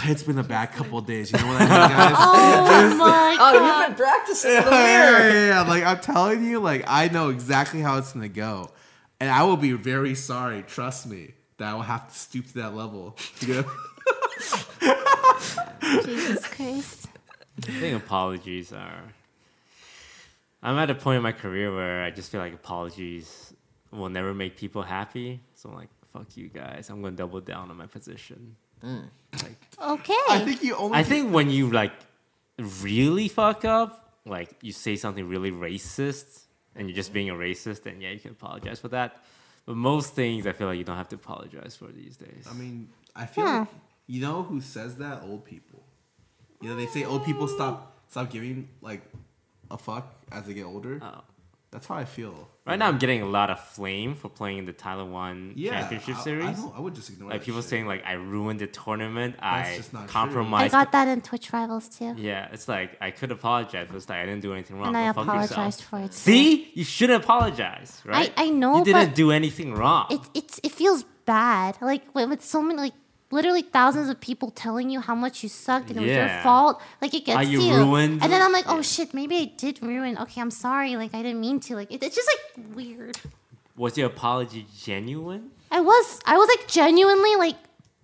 Speaker 3: It's been a bad couple of days. You know what I mean, guys?
Speaker 1: oh my
Speaker 4: Oh,
Speaker 1: god.
Speaker 4: you've been practicing in the
Speaker 3: Yeah,
Speaker 4: mirror.
Speaker 3: yeah, yeah. Like I'm telling you, like I know exactly how it's gonna go, and I will be very sorry. Trust me, that I will have to stoop to that level. You know?
Speaker 1: Jesus Christ.
Speaker 5: I think apologies are. I'm at a point in my career where I just feel like apologies will never make people happy. So I'm like, fuck you guys. I'm gonna double down on my position.
Speaker 1: Okay.
Speaker 3: I think you only.
Speaker 5: I think when you like really fuck up, like you say something really racist and you're just being a racist, then yeah, you can apologize for that. But most things I feel like you don't have to apologize for these days.
Speaker 3: I mean, I feel
Speaker 1: Yeah.
Speaker 3: like you know who says that? Old people. You know they say old people stop stop giving like a fuck as they get older.
Speaker 5: Oh.
Speaker 3: That's how I feel.
Speaker 5: Right now, I'm getting a lot of flame for playing the Tyler One
Speaker 3: Yeah,
Speaker 5: Championship
Speaker 3: I- I
Speaker 5: Series.
Speaker 3: don't- I, would just ignore.
Speaker 5: like
Speaker 3: that
Speaker 5: people
Speaker 3: shit.
Speaker 5: saying, like I ruined the tournament. I
Speaker 3: just not true.
Speaker 1: I
Speaker 5: compromised.
Speaker 1: got that in Twitch Rivals too.
Speaker 5: Yeah, it's like I could apologize, but it's like I didn't do anything wrong.
Speaker 1: and
Speaker 5: Go
Speaker 1: I
Speaker 5: fuck
Speaker 1: apologized
Speaker 5: yourself.
Speaker 1: for it.
Speaker 5: See, you shouldn't apologize, right?
Speaker 1: I know,
Speaker 5: you didn't
Speaker 1: but-
Speaker 5: do anything wrong.
Speaker 1: It it's it feels bad. Like with, with so many like literally thousands of people telling you how much you sucked and it was your
Speaker 5: Yeah.
Speaker 1: fault. Like it gets
Speaker 5: Are you ruined?
Speaker 1: And then I'm like, oh shit, maybe I did ruin. Okay, I'm sorry. Like I didn't mean to. Like it, it's just like weird.
Speaker 5: Was your apology genuine?
Speaker 1: I was I was like genuinely like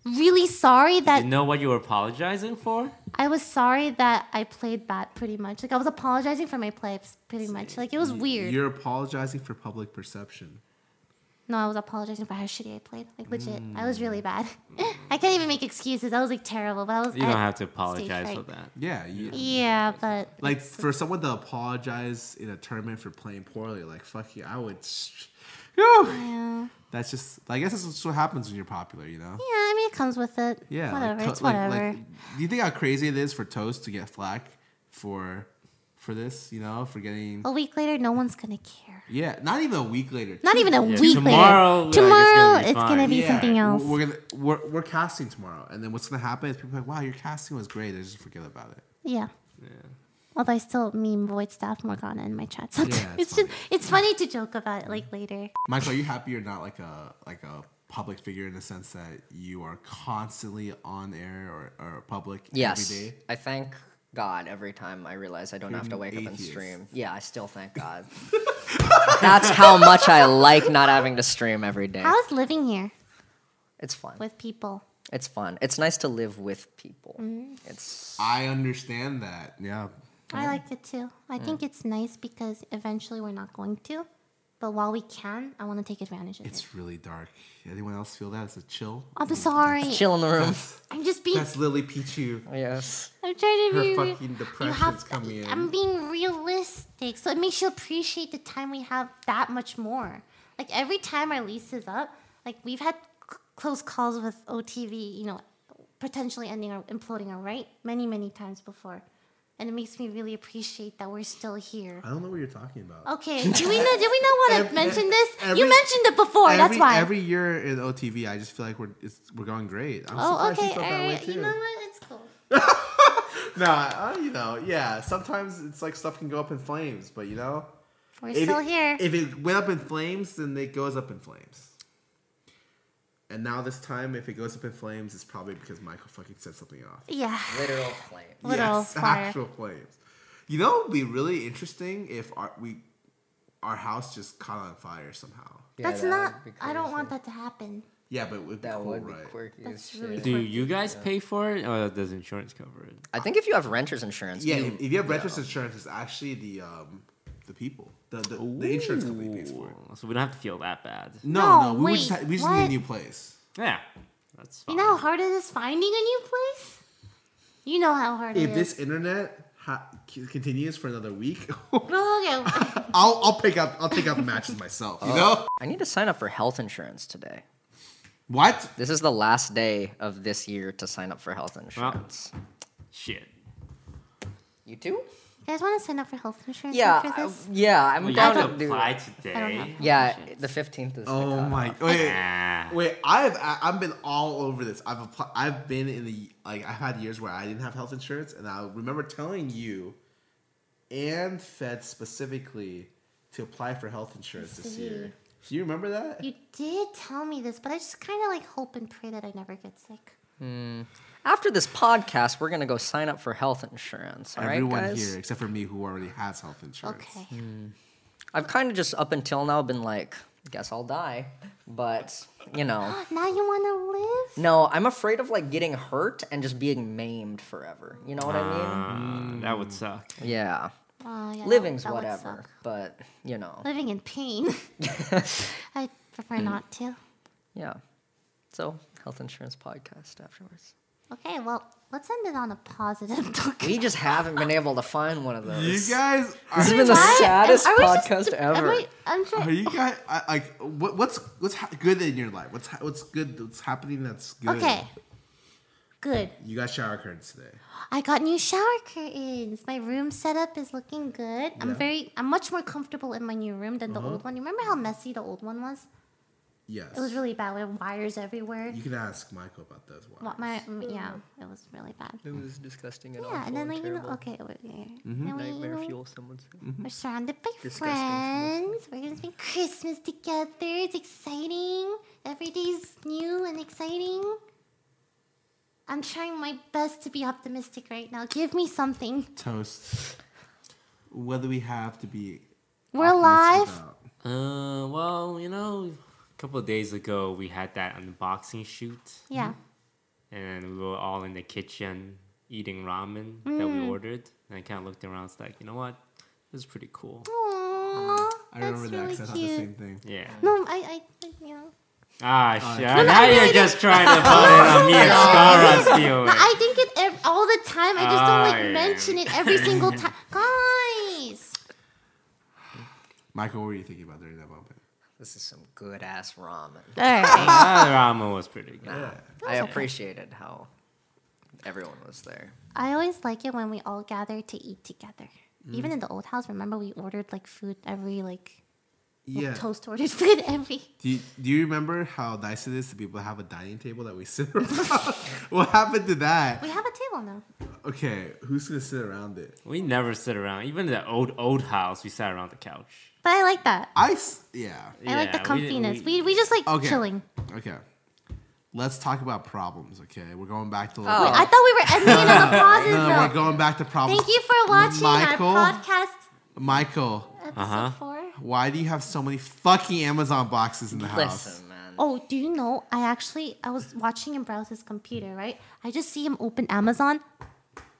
Speaker 1: really sorry that
Speaker 5: you know what you were apologizing for?
Speaker 1: I was sorry that I played bad pretty much. Like I was apologizing for my plays pretty much. Like it was weird.
Speaker 3: You're apologizing for public perception.
Speaker 1: No, I was apologizing for how shitty I played. Like legit, I was really bad. I can't even make excuses. I was like terrible, but I was.
Speaker 5: Mm. You
Speaker 1: I-
Speaker 5: don't have to apologize
Speaker 1: fright.
Speaker 5: for that.
Speaker 3: Yeah, you,
Speaker 1: Yeah, but
Speaker 3: like for someone to apologize in a tournament for playing poorly, like fuck you, I would. sh- Whew.
Speaker 1: yeah, yeah.
Speaker 3: That's just. I guess that's just what happens when you're popular, you know.
Speaker 1: I mean, it comes with it.
Speaker 3: Yeah. like,
Speaker 1: whatever.
Speaker 3: to-
Speaker 1: it's
Speaker 3: like-
Speaker 1: whatever.
Speaker 3: like, do you think how crazy it is for Toast to get flack for for this? You know, for getting
Speaker 1: a week later, no one's gonna care.
Speaker 3: yeah, not even a week later.
Speaker 1: Not
Speaker 3: two
Speaker 1: even a
Speaker 5: Yeah,
Speaker 1: week
Speaker 5: tomorrow, like,
Speaker 1: later.
Speaker 5: it's gonna be
Speaker 1: Tomorrow, it's
Speaker 5: fine.
Speaker 1: gonna be
Speaker 3: Yeah,
Speaker 1: something else.
Speaker 3: We're, we're gonna we're, we're casting tomorrow, and then what's gonna happen is people are like, "Wow, your casting was great." They just forget about it.
Speaker 1: yeah. Although I still meme void staff Morgana in my chat sometimes.
Speaker 3: Yeah, it's
Speaker 1: it's just it's funny to joke about it like later.
Speaker 3: Michael, are you happy you're not like a like a public figure in the sense that you are constantly on air or, or public
Speaker 4: Yes,
Speaker 3: every day?
Speaker 4: I thank God every time I realize I don't have to
Speaker 3: an
Speaker 4: wake up and
Speaker 3: atheist.
Speaker 4: stream. Yeah, I still thank God. That's how much I like not having to stream every day.
Speaker 1: How's living here
Speaker 4: It's fun.
Speaker 1: with people?
Speaker 4: It's fun. It's nice to live with people.
Speaker 1: Mm-hmm.
Speaker 4: It's
Speaker 3: I understand that. Yeah.
Speaker 1: I liked it too. I think it's nice because eventually we're not going to, but while we can, I want to take advantage of it.
Speaker 3: It's really dark. Anyone else feel that? It's a chill.
Speaker 1: I'm sorry.
Speaker 4: chill in the room.
Speaker 1: I'm just being.
Speaker 3: That's Lily Pichu.
Speaker 4: Yes.
Speaker 1: I'm trying to
Speaker 3: Her
Speaker 1: be. re-
Speaker 3: fucking
Speaker 1: you
Speaker 3: depression's
Speaker 1: have.
Speaker 3: coming in.
Speaker 1: I'm being realistic, so it makes you appreciate the time we have that much more. Like every time our lease is up, like we've had c- close calls with OTV, you know, potentially ending or imploding our right many many times before. and it makes me really appreciate that we're still here.
Speaker 3: I don't know what you're talking about.
Speaker 1: Okay, do we not, do we not want to
Speaker 3: Every-
Speaker 1: mention this?
Speaker 3: every-
Speaker 1: you mentioned it before.
Speaker 3: every,
Speaker 1: that's why.
Speaker 3: Every year in OTV, I just feel like we're it's, we're going great. I'm
Speaker 1: oh,
Speaker 3: surprised
Speaker 1: okay.
Speaker 3: you felt that
Speaker 1: all
Speaker 3: way
Speaker 1: right.
Speaker 3: too.
Speaker 1: You know what? It's cool.
Speaker 3: Nah, uh, you know, yeah. Sometimes it's like stuff can go up in flames, but you know,
Speaker 1: We're
Speaker 3: if
Speaker 1: still
Speaker 3: it,
Speaker 1: here.
Speaker 3: If it went up in flames, then it goes up in flames. And now this time, if it goes up in flames, it's probably because Michael fucking set something off.
Speaker 1: yeah.
Speaker 4: Literal flame.
Speaker 1: Literal fire.
Speaker 3: actual flames. You know, it'd be really interesting if our we our house just caught on fire somehow.
Speaker 4: Yeah,
Speaker 1: That's
Speaker 4: that
Speaker 1: not.
Speaker 4: would be
Speaker 1: I don't want
Speaker 4: crazy.
Speaker 1: that to happen.
Speaker 3: Yeah, but it would be
Speaker 4: That
Speaker 3: cool,
Speaker 4: would be
Speaker 3: right?
Speaker 4: quirky.
Speaker 1: That's
Speaker 4: as
Speaker 1: really
Speaker 4: shit.
Speaker 1: cool.
Speaker 5: Do you guys pay for it, or does insurance cover it?
Speaker 4: I think if you have renter's insurance,
Speaker 3: Yeah,
Speaker 4: you-
Speaker 3: if if you have renter's insurance, it's actually the um the people, the the, the insurance company pays for it.
Speaker 5: Ooh, So we don't have to feel that bad.
Speaker 3: No,
Speaker 1: No,
Speaker 3: no, we would just
Speaker 1: wait,
Speaker 3: ha- we just need a
Speaker 1: what?
Speaker 3: new place.
Speaker 5: Yeah, that's fine.
Speaker 1: You know how hard it is finding a new place. You know how hard
Speaker 3: If
Speaker 1: it is.
Speaker 3: this internet ha- c- continues for another week,
Speaker 1: Well, okay.
Speaker 3: I'll I'll pick up I'll pick up matches myself. You know
Speaker 4: I need to sign up for health insurance today.
Speaker 3: what?
Speaker 4: This is the last day of this year to sign up for health insurance.
Speaker 5: Shit.
Speaker 4: you too?
Speaker 1: You guys want to sign up for health insurance
Speaker 4: Yeah,
Speaker 1: after
Speaker 4: I-
Speaker 1: this?
Speaker 4: yeah. I'm
Speaker 5: Well, you
Speaker 4: down
Speaker 5: have
Speaker 4: to
Speaker 5: to
Speaker 4: do.
Speaker 5: apply
Speaker 4: it.
Speaker 5: today.
Speaker 1: have-
Speaker 4: Yeah, the fifteenth is. the
Speaker 3: Oh
Speaker 4: cutoff.
Speaker 3: my! Wait,
Speaker 5: Ah.
Speaker 3: wait. I've I- I've been all over this. I've applied, I've been in the like I've had years where I didn't have health insurance, and I remember telling you, and Fed specifically, to apply for health insurance this year. Do you remember that?
Speaker 1: You did tell me this, but I just kind of like hope and pray that I never get sick.
Speaker 4: After this podcast, we're gonna go sign up for health insurance. All right,
Speaker 3: Everyone
Speaker 4: guys.
Speaker 3: here except for me who already has health insurance.
Speaker 1: Okay.
Speaker 4: I've kind of just up until now been like, guess I'll die, but you know.
Speaker 1: Now you want to live?
Speaker 4: No, I'm afraid of like getting hurt and just being maimed forever. You know what I
Speaker 3: Hmm.
Speaker 5: Uh, that would suck.
Speaker 4: mean? Yeah.
Speaker 1: Oh, yeah, that-
Speaker 4: Living's
Speaker 1: that would
Speaker 4: whatever,
Speaker 1: suck.
Speaker 4: but you know.
Speaker 1: Living in pain. I prefer not to.
Speaker 4: Yeah. So, health insurance podcast afterwards.
Speaker 1: Okay, well, let's end it on a positive note.
Speaker 4: We just haven't been able to find one of those.
Speaker 3: You guys are
Speaker 4: This has been the
Speaker 1: What?
Speaker 4: saddest
Speaker 1: Am- are we just-
Speaker 4: podcast ever.
Speaker 1: Am I, I'm sure.
Speaker 3: Are you guys I, like what, what's what's ha- good in your life? What's ha- what's good? What's happening? That's good.
Speaker 1: okay. Good.
Speaker 3: You got shower curtains today.
Speaker 1: I got new shower curtains. My room setup is looking good.
Speaker 3: Yeah. Uh-huh.
Speaker 1: I'm very, I'm much more comfortable in my new room than the old one. You remember how messy the old one was?
Speaker 3: Yes.
Speaker 1: It was really bad. We had wires everywhere.
Speaker 3: You can ask Michael about those. Wires.
Speaker 1: What my mm, yeah, it was really bad.
Speaker 4: It was disgusting and
Speaker 1: Yeah, and then like you know, okay, Oh. wait, wait, wait.
Speaker 3: Mm-hmm.
Speaker 1: Then we, you know,
Speaker 4: someone's.
Speaker 1: we're surrounded by
Speaker 4: Disgusting
Speaker 1: friends. We're gonna spend Christmas together. It's exciting. Every day's new and exciting. I'm trying my best to be optimistic right now. Give me something.
Speaker 3: toast. Whether we have to be.
Speaker 1: We're
Speaker 3: optimistic Uh-huh.
Speaker 1: alive.
Speaker 3: about-
Speaker 5: Uh, well, you know, a couple of days ago we had that unboxing shoot,
Speaker 1: Yeah.
Speaker 5: and we were all in the kitchen eating ramen that
Speaker 1: Mm.
Speaker 5: we ordered. And I kind of looked around, it's like, you know what, this is pretty cool.
Speaker 1: Aww,
Speaker 3: I
Speaker 1: that's
Speaker 3: remember that
Speaker 1: really
Speaker 3: 'cause I thought the same
Speaker 1: cute.
Speaker 3: thing.
Speaker 5: Yeah.
Speaker 1: No, I, I, I yeah.
Speaker 5: Ah, shit. now you're just trying to put it on me and scar us,
Speaker 1: No,
Speaker 5: Theo.
Speaker 1: I think it ev- all the time. I just don't like
Speaker 5: Ah, yeah.
Speaker 1: mention it every single time, guys.
Speaker 3: Michael, what were you thinking about during that moment?
Speaker 4: This is some good ass ramen.
Speaker 5: Ah, the ramen was pretty good.
Speaker 4: I appreciated how everyone was there.
Speaker 1: I always like it when we all gather to eat together. Even in the old house, remember we ordered like food every like well,
Speaker 3: Yeah.
Speaker 1: toast ordered food every.
Speaker 3: Do you, do you remember how nice it is to be able to have a dining table that we sit around? what happened to that?
Speaker 1: We have a table now.
Speaker 3: Okay, who's gonna sit around it?
Speaker 5: We never sit around. Even in the old old house, we sat around the couch.
Speaker 1: But I like that.
Speaker 3: I s- yeah.
Speaker 1: I like the
Speaker 5: Yeah, we didn't-
Speaker 1: comfiness. We, we just like
Speaker 3: Okay.
Speaker 1: chilling.
Speaker 3: Okay. Let's talk about problems, okay? We're going back to
Speaker 4: Oh.
Speaker 1: I thought we were ending on a positive
Speaker 3: No, we're
Speaker 1: note.
Speaker 3: going back to problems.
Speaker 1: Thank you for watching
Speaker 3: Michael?
Speaker 1: our podcast
Speaker 3: Michael,
Speaker 1: episode
Speaker 5: Uh-huh.
Speaker 1: four.
Speaker 3: why do you have so many fucking Amazon boxes in the house?
Speaker 4: Listen, man.
Speaker 1: Oh, do you know? I actually I was watching him browse his computer, right? I just see him open Amazon.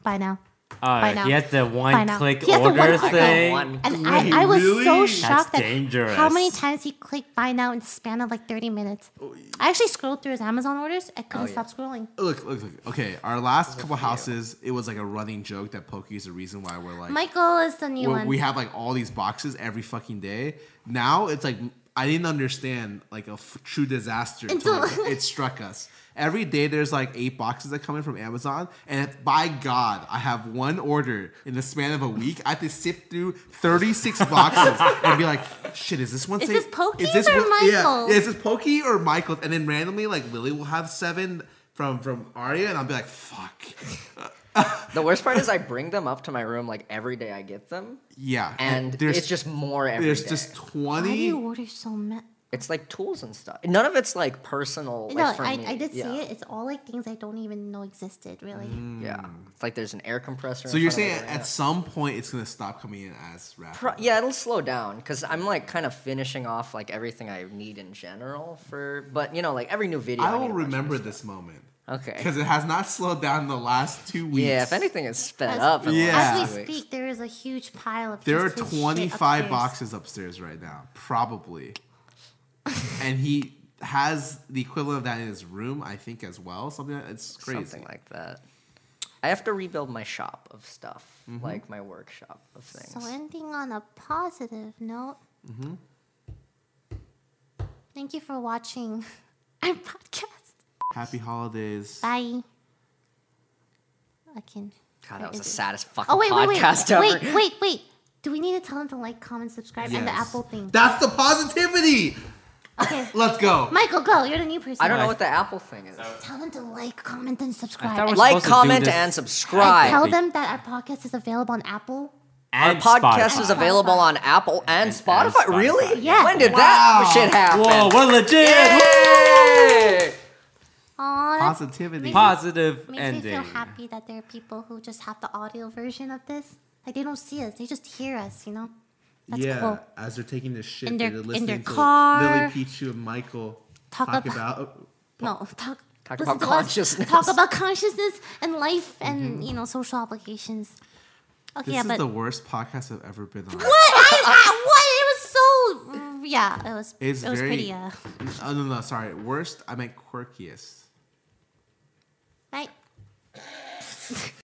Speaker 1: Bye now. By
Speaker 5: Uh,
Speaker 1: now.
Speaker 5: he had the
Speaker 1: By
Speaker 5: one
Speaker 1: now.
Speaker 5: click
Speaker 1: He has the
Speaker 5: order
Speaker 1: one-click
Speaker 5: thing.
Speaker 4: One
Speaker 1: And
Speaker 3: Wait,
Speaker 1: I, I was so
Speaker 3: really?
Speaker 1: shocked that
Speaker 5: That's dangerous.
Speaker 1: how many times he clicked buy now in the span of like 30 minutes. I actually scrolled through his Amazon orders. I couldn't
Speaker 4: yeah.
Speaker 1: stop scrolling.
Speaker 3: Look, look, look. Okay, our last couple houses, it was like a running joke that Pokey is the reason why we're like
Speaker 1: Michael is the new
Speaker 3: we're-
Speaker 1: one.
Speaker 3: we have like all these boxes every fucking day. Now it's like I didn't understand like a f- true disaster until
Speaker 1: Until-
Speaker 3: like, it struck us. Every day there's like eight boxes that come in from Amazon, and if, by God, I have one order in the span of a week. I have to sift through 36 boxes and be like, "Shit, is this one?
Speaker 1: Is
Speaker 3: safe?
Speaker 1: this Pokey's or
Speaker 3: one- yeah,
Speaker 1: Michael's?"
Speaker 3: Yeah, is this Pokey or Michael's? And then randomly, like Lily will have seven from from Arya, and I'll be like, "Fuck,
Speaker 4: The worst part is I bring them up to my room like every day I get them,
Speaker 3: yeah."
Speaker 4: and
Speaker 3: there's
Speaker 4: it's just more every day.
Speaker 3: there's just
Speaker 1: Why do
Speaker 3: 20.
Speaker 1: you order so much?
Speaker 4: it's like tools and stuff. None of it's like personal.
Speaker 1: No,
Speaker 4: like, for
Speaker 1: I,
Speaker 4: me.
Speaker 1: I did
Speaker 4: yeah. Mm.
Speaker 1: see it. It's all like things I don't even know existed, really.
Speaker 4: Yeah, it's like there's an air compressor.
Speaker 3: So
Speaker 4: in
Speaker 3: you're
Speaker 4: front of
Speaker 3: saying
Speaker 4: it,
Speaker 3: at
Speaker 4: yeah.
Speaker 3: some point it's gonna stop coming in as rap?
Speaker 4: Pro- yeah, it'll slow down because I'm like kind of finishing off like everything I need in general for. But you know, like every new video.
Speaker 3: I
Speaker 4: need
Speaker 3: will
Speaker 4: to watch
Speaker 3: remember
Speaker 4: first.
Speaker 3: this moment
Speaker 4: Okay.
Speaker 3: because it has not slowed down in the last two weeks.
Speaker 4: Yeah, if anything, it's sped
Speaker 1: As-
Speaker 4: up. in the
Speaker 3: Yeah.
Speaker 4: last
Speaker 1: As
Speaker 4: few
Speaker 1: we
Speaker 4: weeks.
Speaker 1: speak, there is a huge pile of.
Speaker 3: there are
Speaker 1: just his shit
Speaker 3: 25
Speaker 1: upstairs.
Speaker 3: boxes upstairs right now, probably, and he has the equivalent of that in his room, I think, as well. Something like, it's crazy.
Speaker 4: something like that. I have to rebuild my shop of stuff,
Speaker 5: Mm-hmm.
Speaker 4: like my workshop of things.
Speaker 1: So ending on a positive note.
Speaker 4: Mm-hmm.
Speaker 1: Thank you for watching our podcast.
Speaker 3: Happy holidays.
Speaker 1: Bye. I can.
Speaker 4: God, that was the saddest fucking
Speaker 1: Oh wait, wait, wait,
Speaker 4: podcast ever.
Speaker 1: wait, wait, wait. Do we need to tell them to like, comment, subscribe, and the
Speaker 3: Yes.
Speaker 1: Apple thing?
Speaker 3: That's the positivity.
Speaker 1: Okay,
Speaker 3: Let's go.
Speaker 1: Michael, go. You're the new person.
Speaker 4: I don't know what the Apple thing is.
Speaker 1: Tell them to like, comment, and
Speaker 5: thought
Speaker 1: subscribe.
Speaker 5: we're
Speaker 1: And
Speaker 4: Like,
Speaker 5: supposed to do
Speaker 4: comment,
Speaker 5: this.
Speaker 4: and
Speaker 1: and
Speaker 4: subscribe.
Speaker 1: tell them that our podcast is available on Apple.
Speaker 4: Our
Speaker 5: And
Speaker 4: podcast
Speaker 5: Spotify.
Speaker 4: is available on Apple and,
Speaker 5: and
Speaker 4: Spotify.
Speaker 5: Spotify.
Speaker 4: Really?
Speaker 1: Yeah.
Speaker 4: When did that
Speaker 3: Wow.
Speaker 4: shit happen?
Speaker 5: Whoa, we're legit.
Speaker 4: Yay!
Speaker 1: Aw, that's
Speaker 3: Positivity.
Speaker 5: Positive
Speaker 1: makes
Speaker 5: ending.
Speaker 1: me feel happy that there are people who just have the audio version of this. Like they don't see us, they just hear us. You know, that's
Speaker 3: yeah,
Speaker 1: cool.
Speaker 3: as they're taking the shit,
Speaker 1: In their-
Speaker 3: they're
Speaker 1: in
Speaker 3: listening
Speaker 1: their
Speaker 3: to
Speaker 1: car.
Speaker 3: Lily Pichu and Michael
Speaker 1: Talk
Speaker 3: talk,
Speaker 1: ab-
Speaker 3: about.
Speaker 1: No, talk.
Speaker 4: Talk
Speaker 1: listen
Speaker 4: about
Speaker 1: to us,
Speaker 4: consciousness.
Speaker 1: Talk about consciousness and life and you know social obligations. Okay,
Speaker 3: Mm-hmm. This
Speaker 1: yeah,
Speaker 3: is
Speaker 1: but
Speaker 3: the worst podcast I've ever been on.
Speaker 1: what? I, I, what? It was so. Yeah, it was.
Speaker 3: It's
Speaker 1: it was
Speaker 3: very-
Speaker 1: pretty. Uh,
Speaker 3: Oh no, no, sorry. Worst, I meant quirkiest.
Speaker 1: right.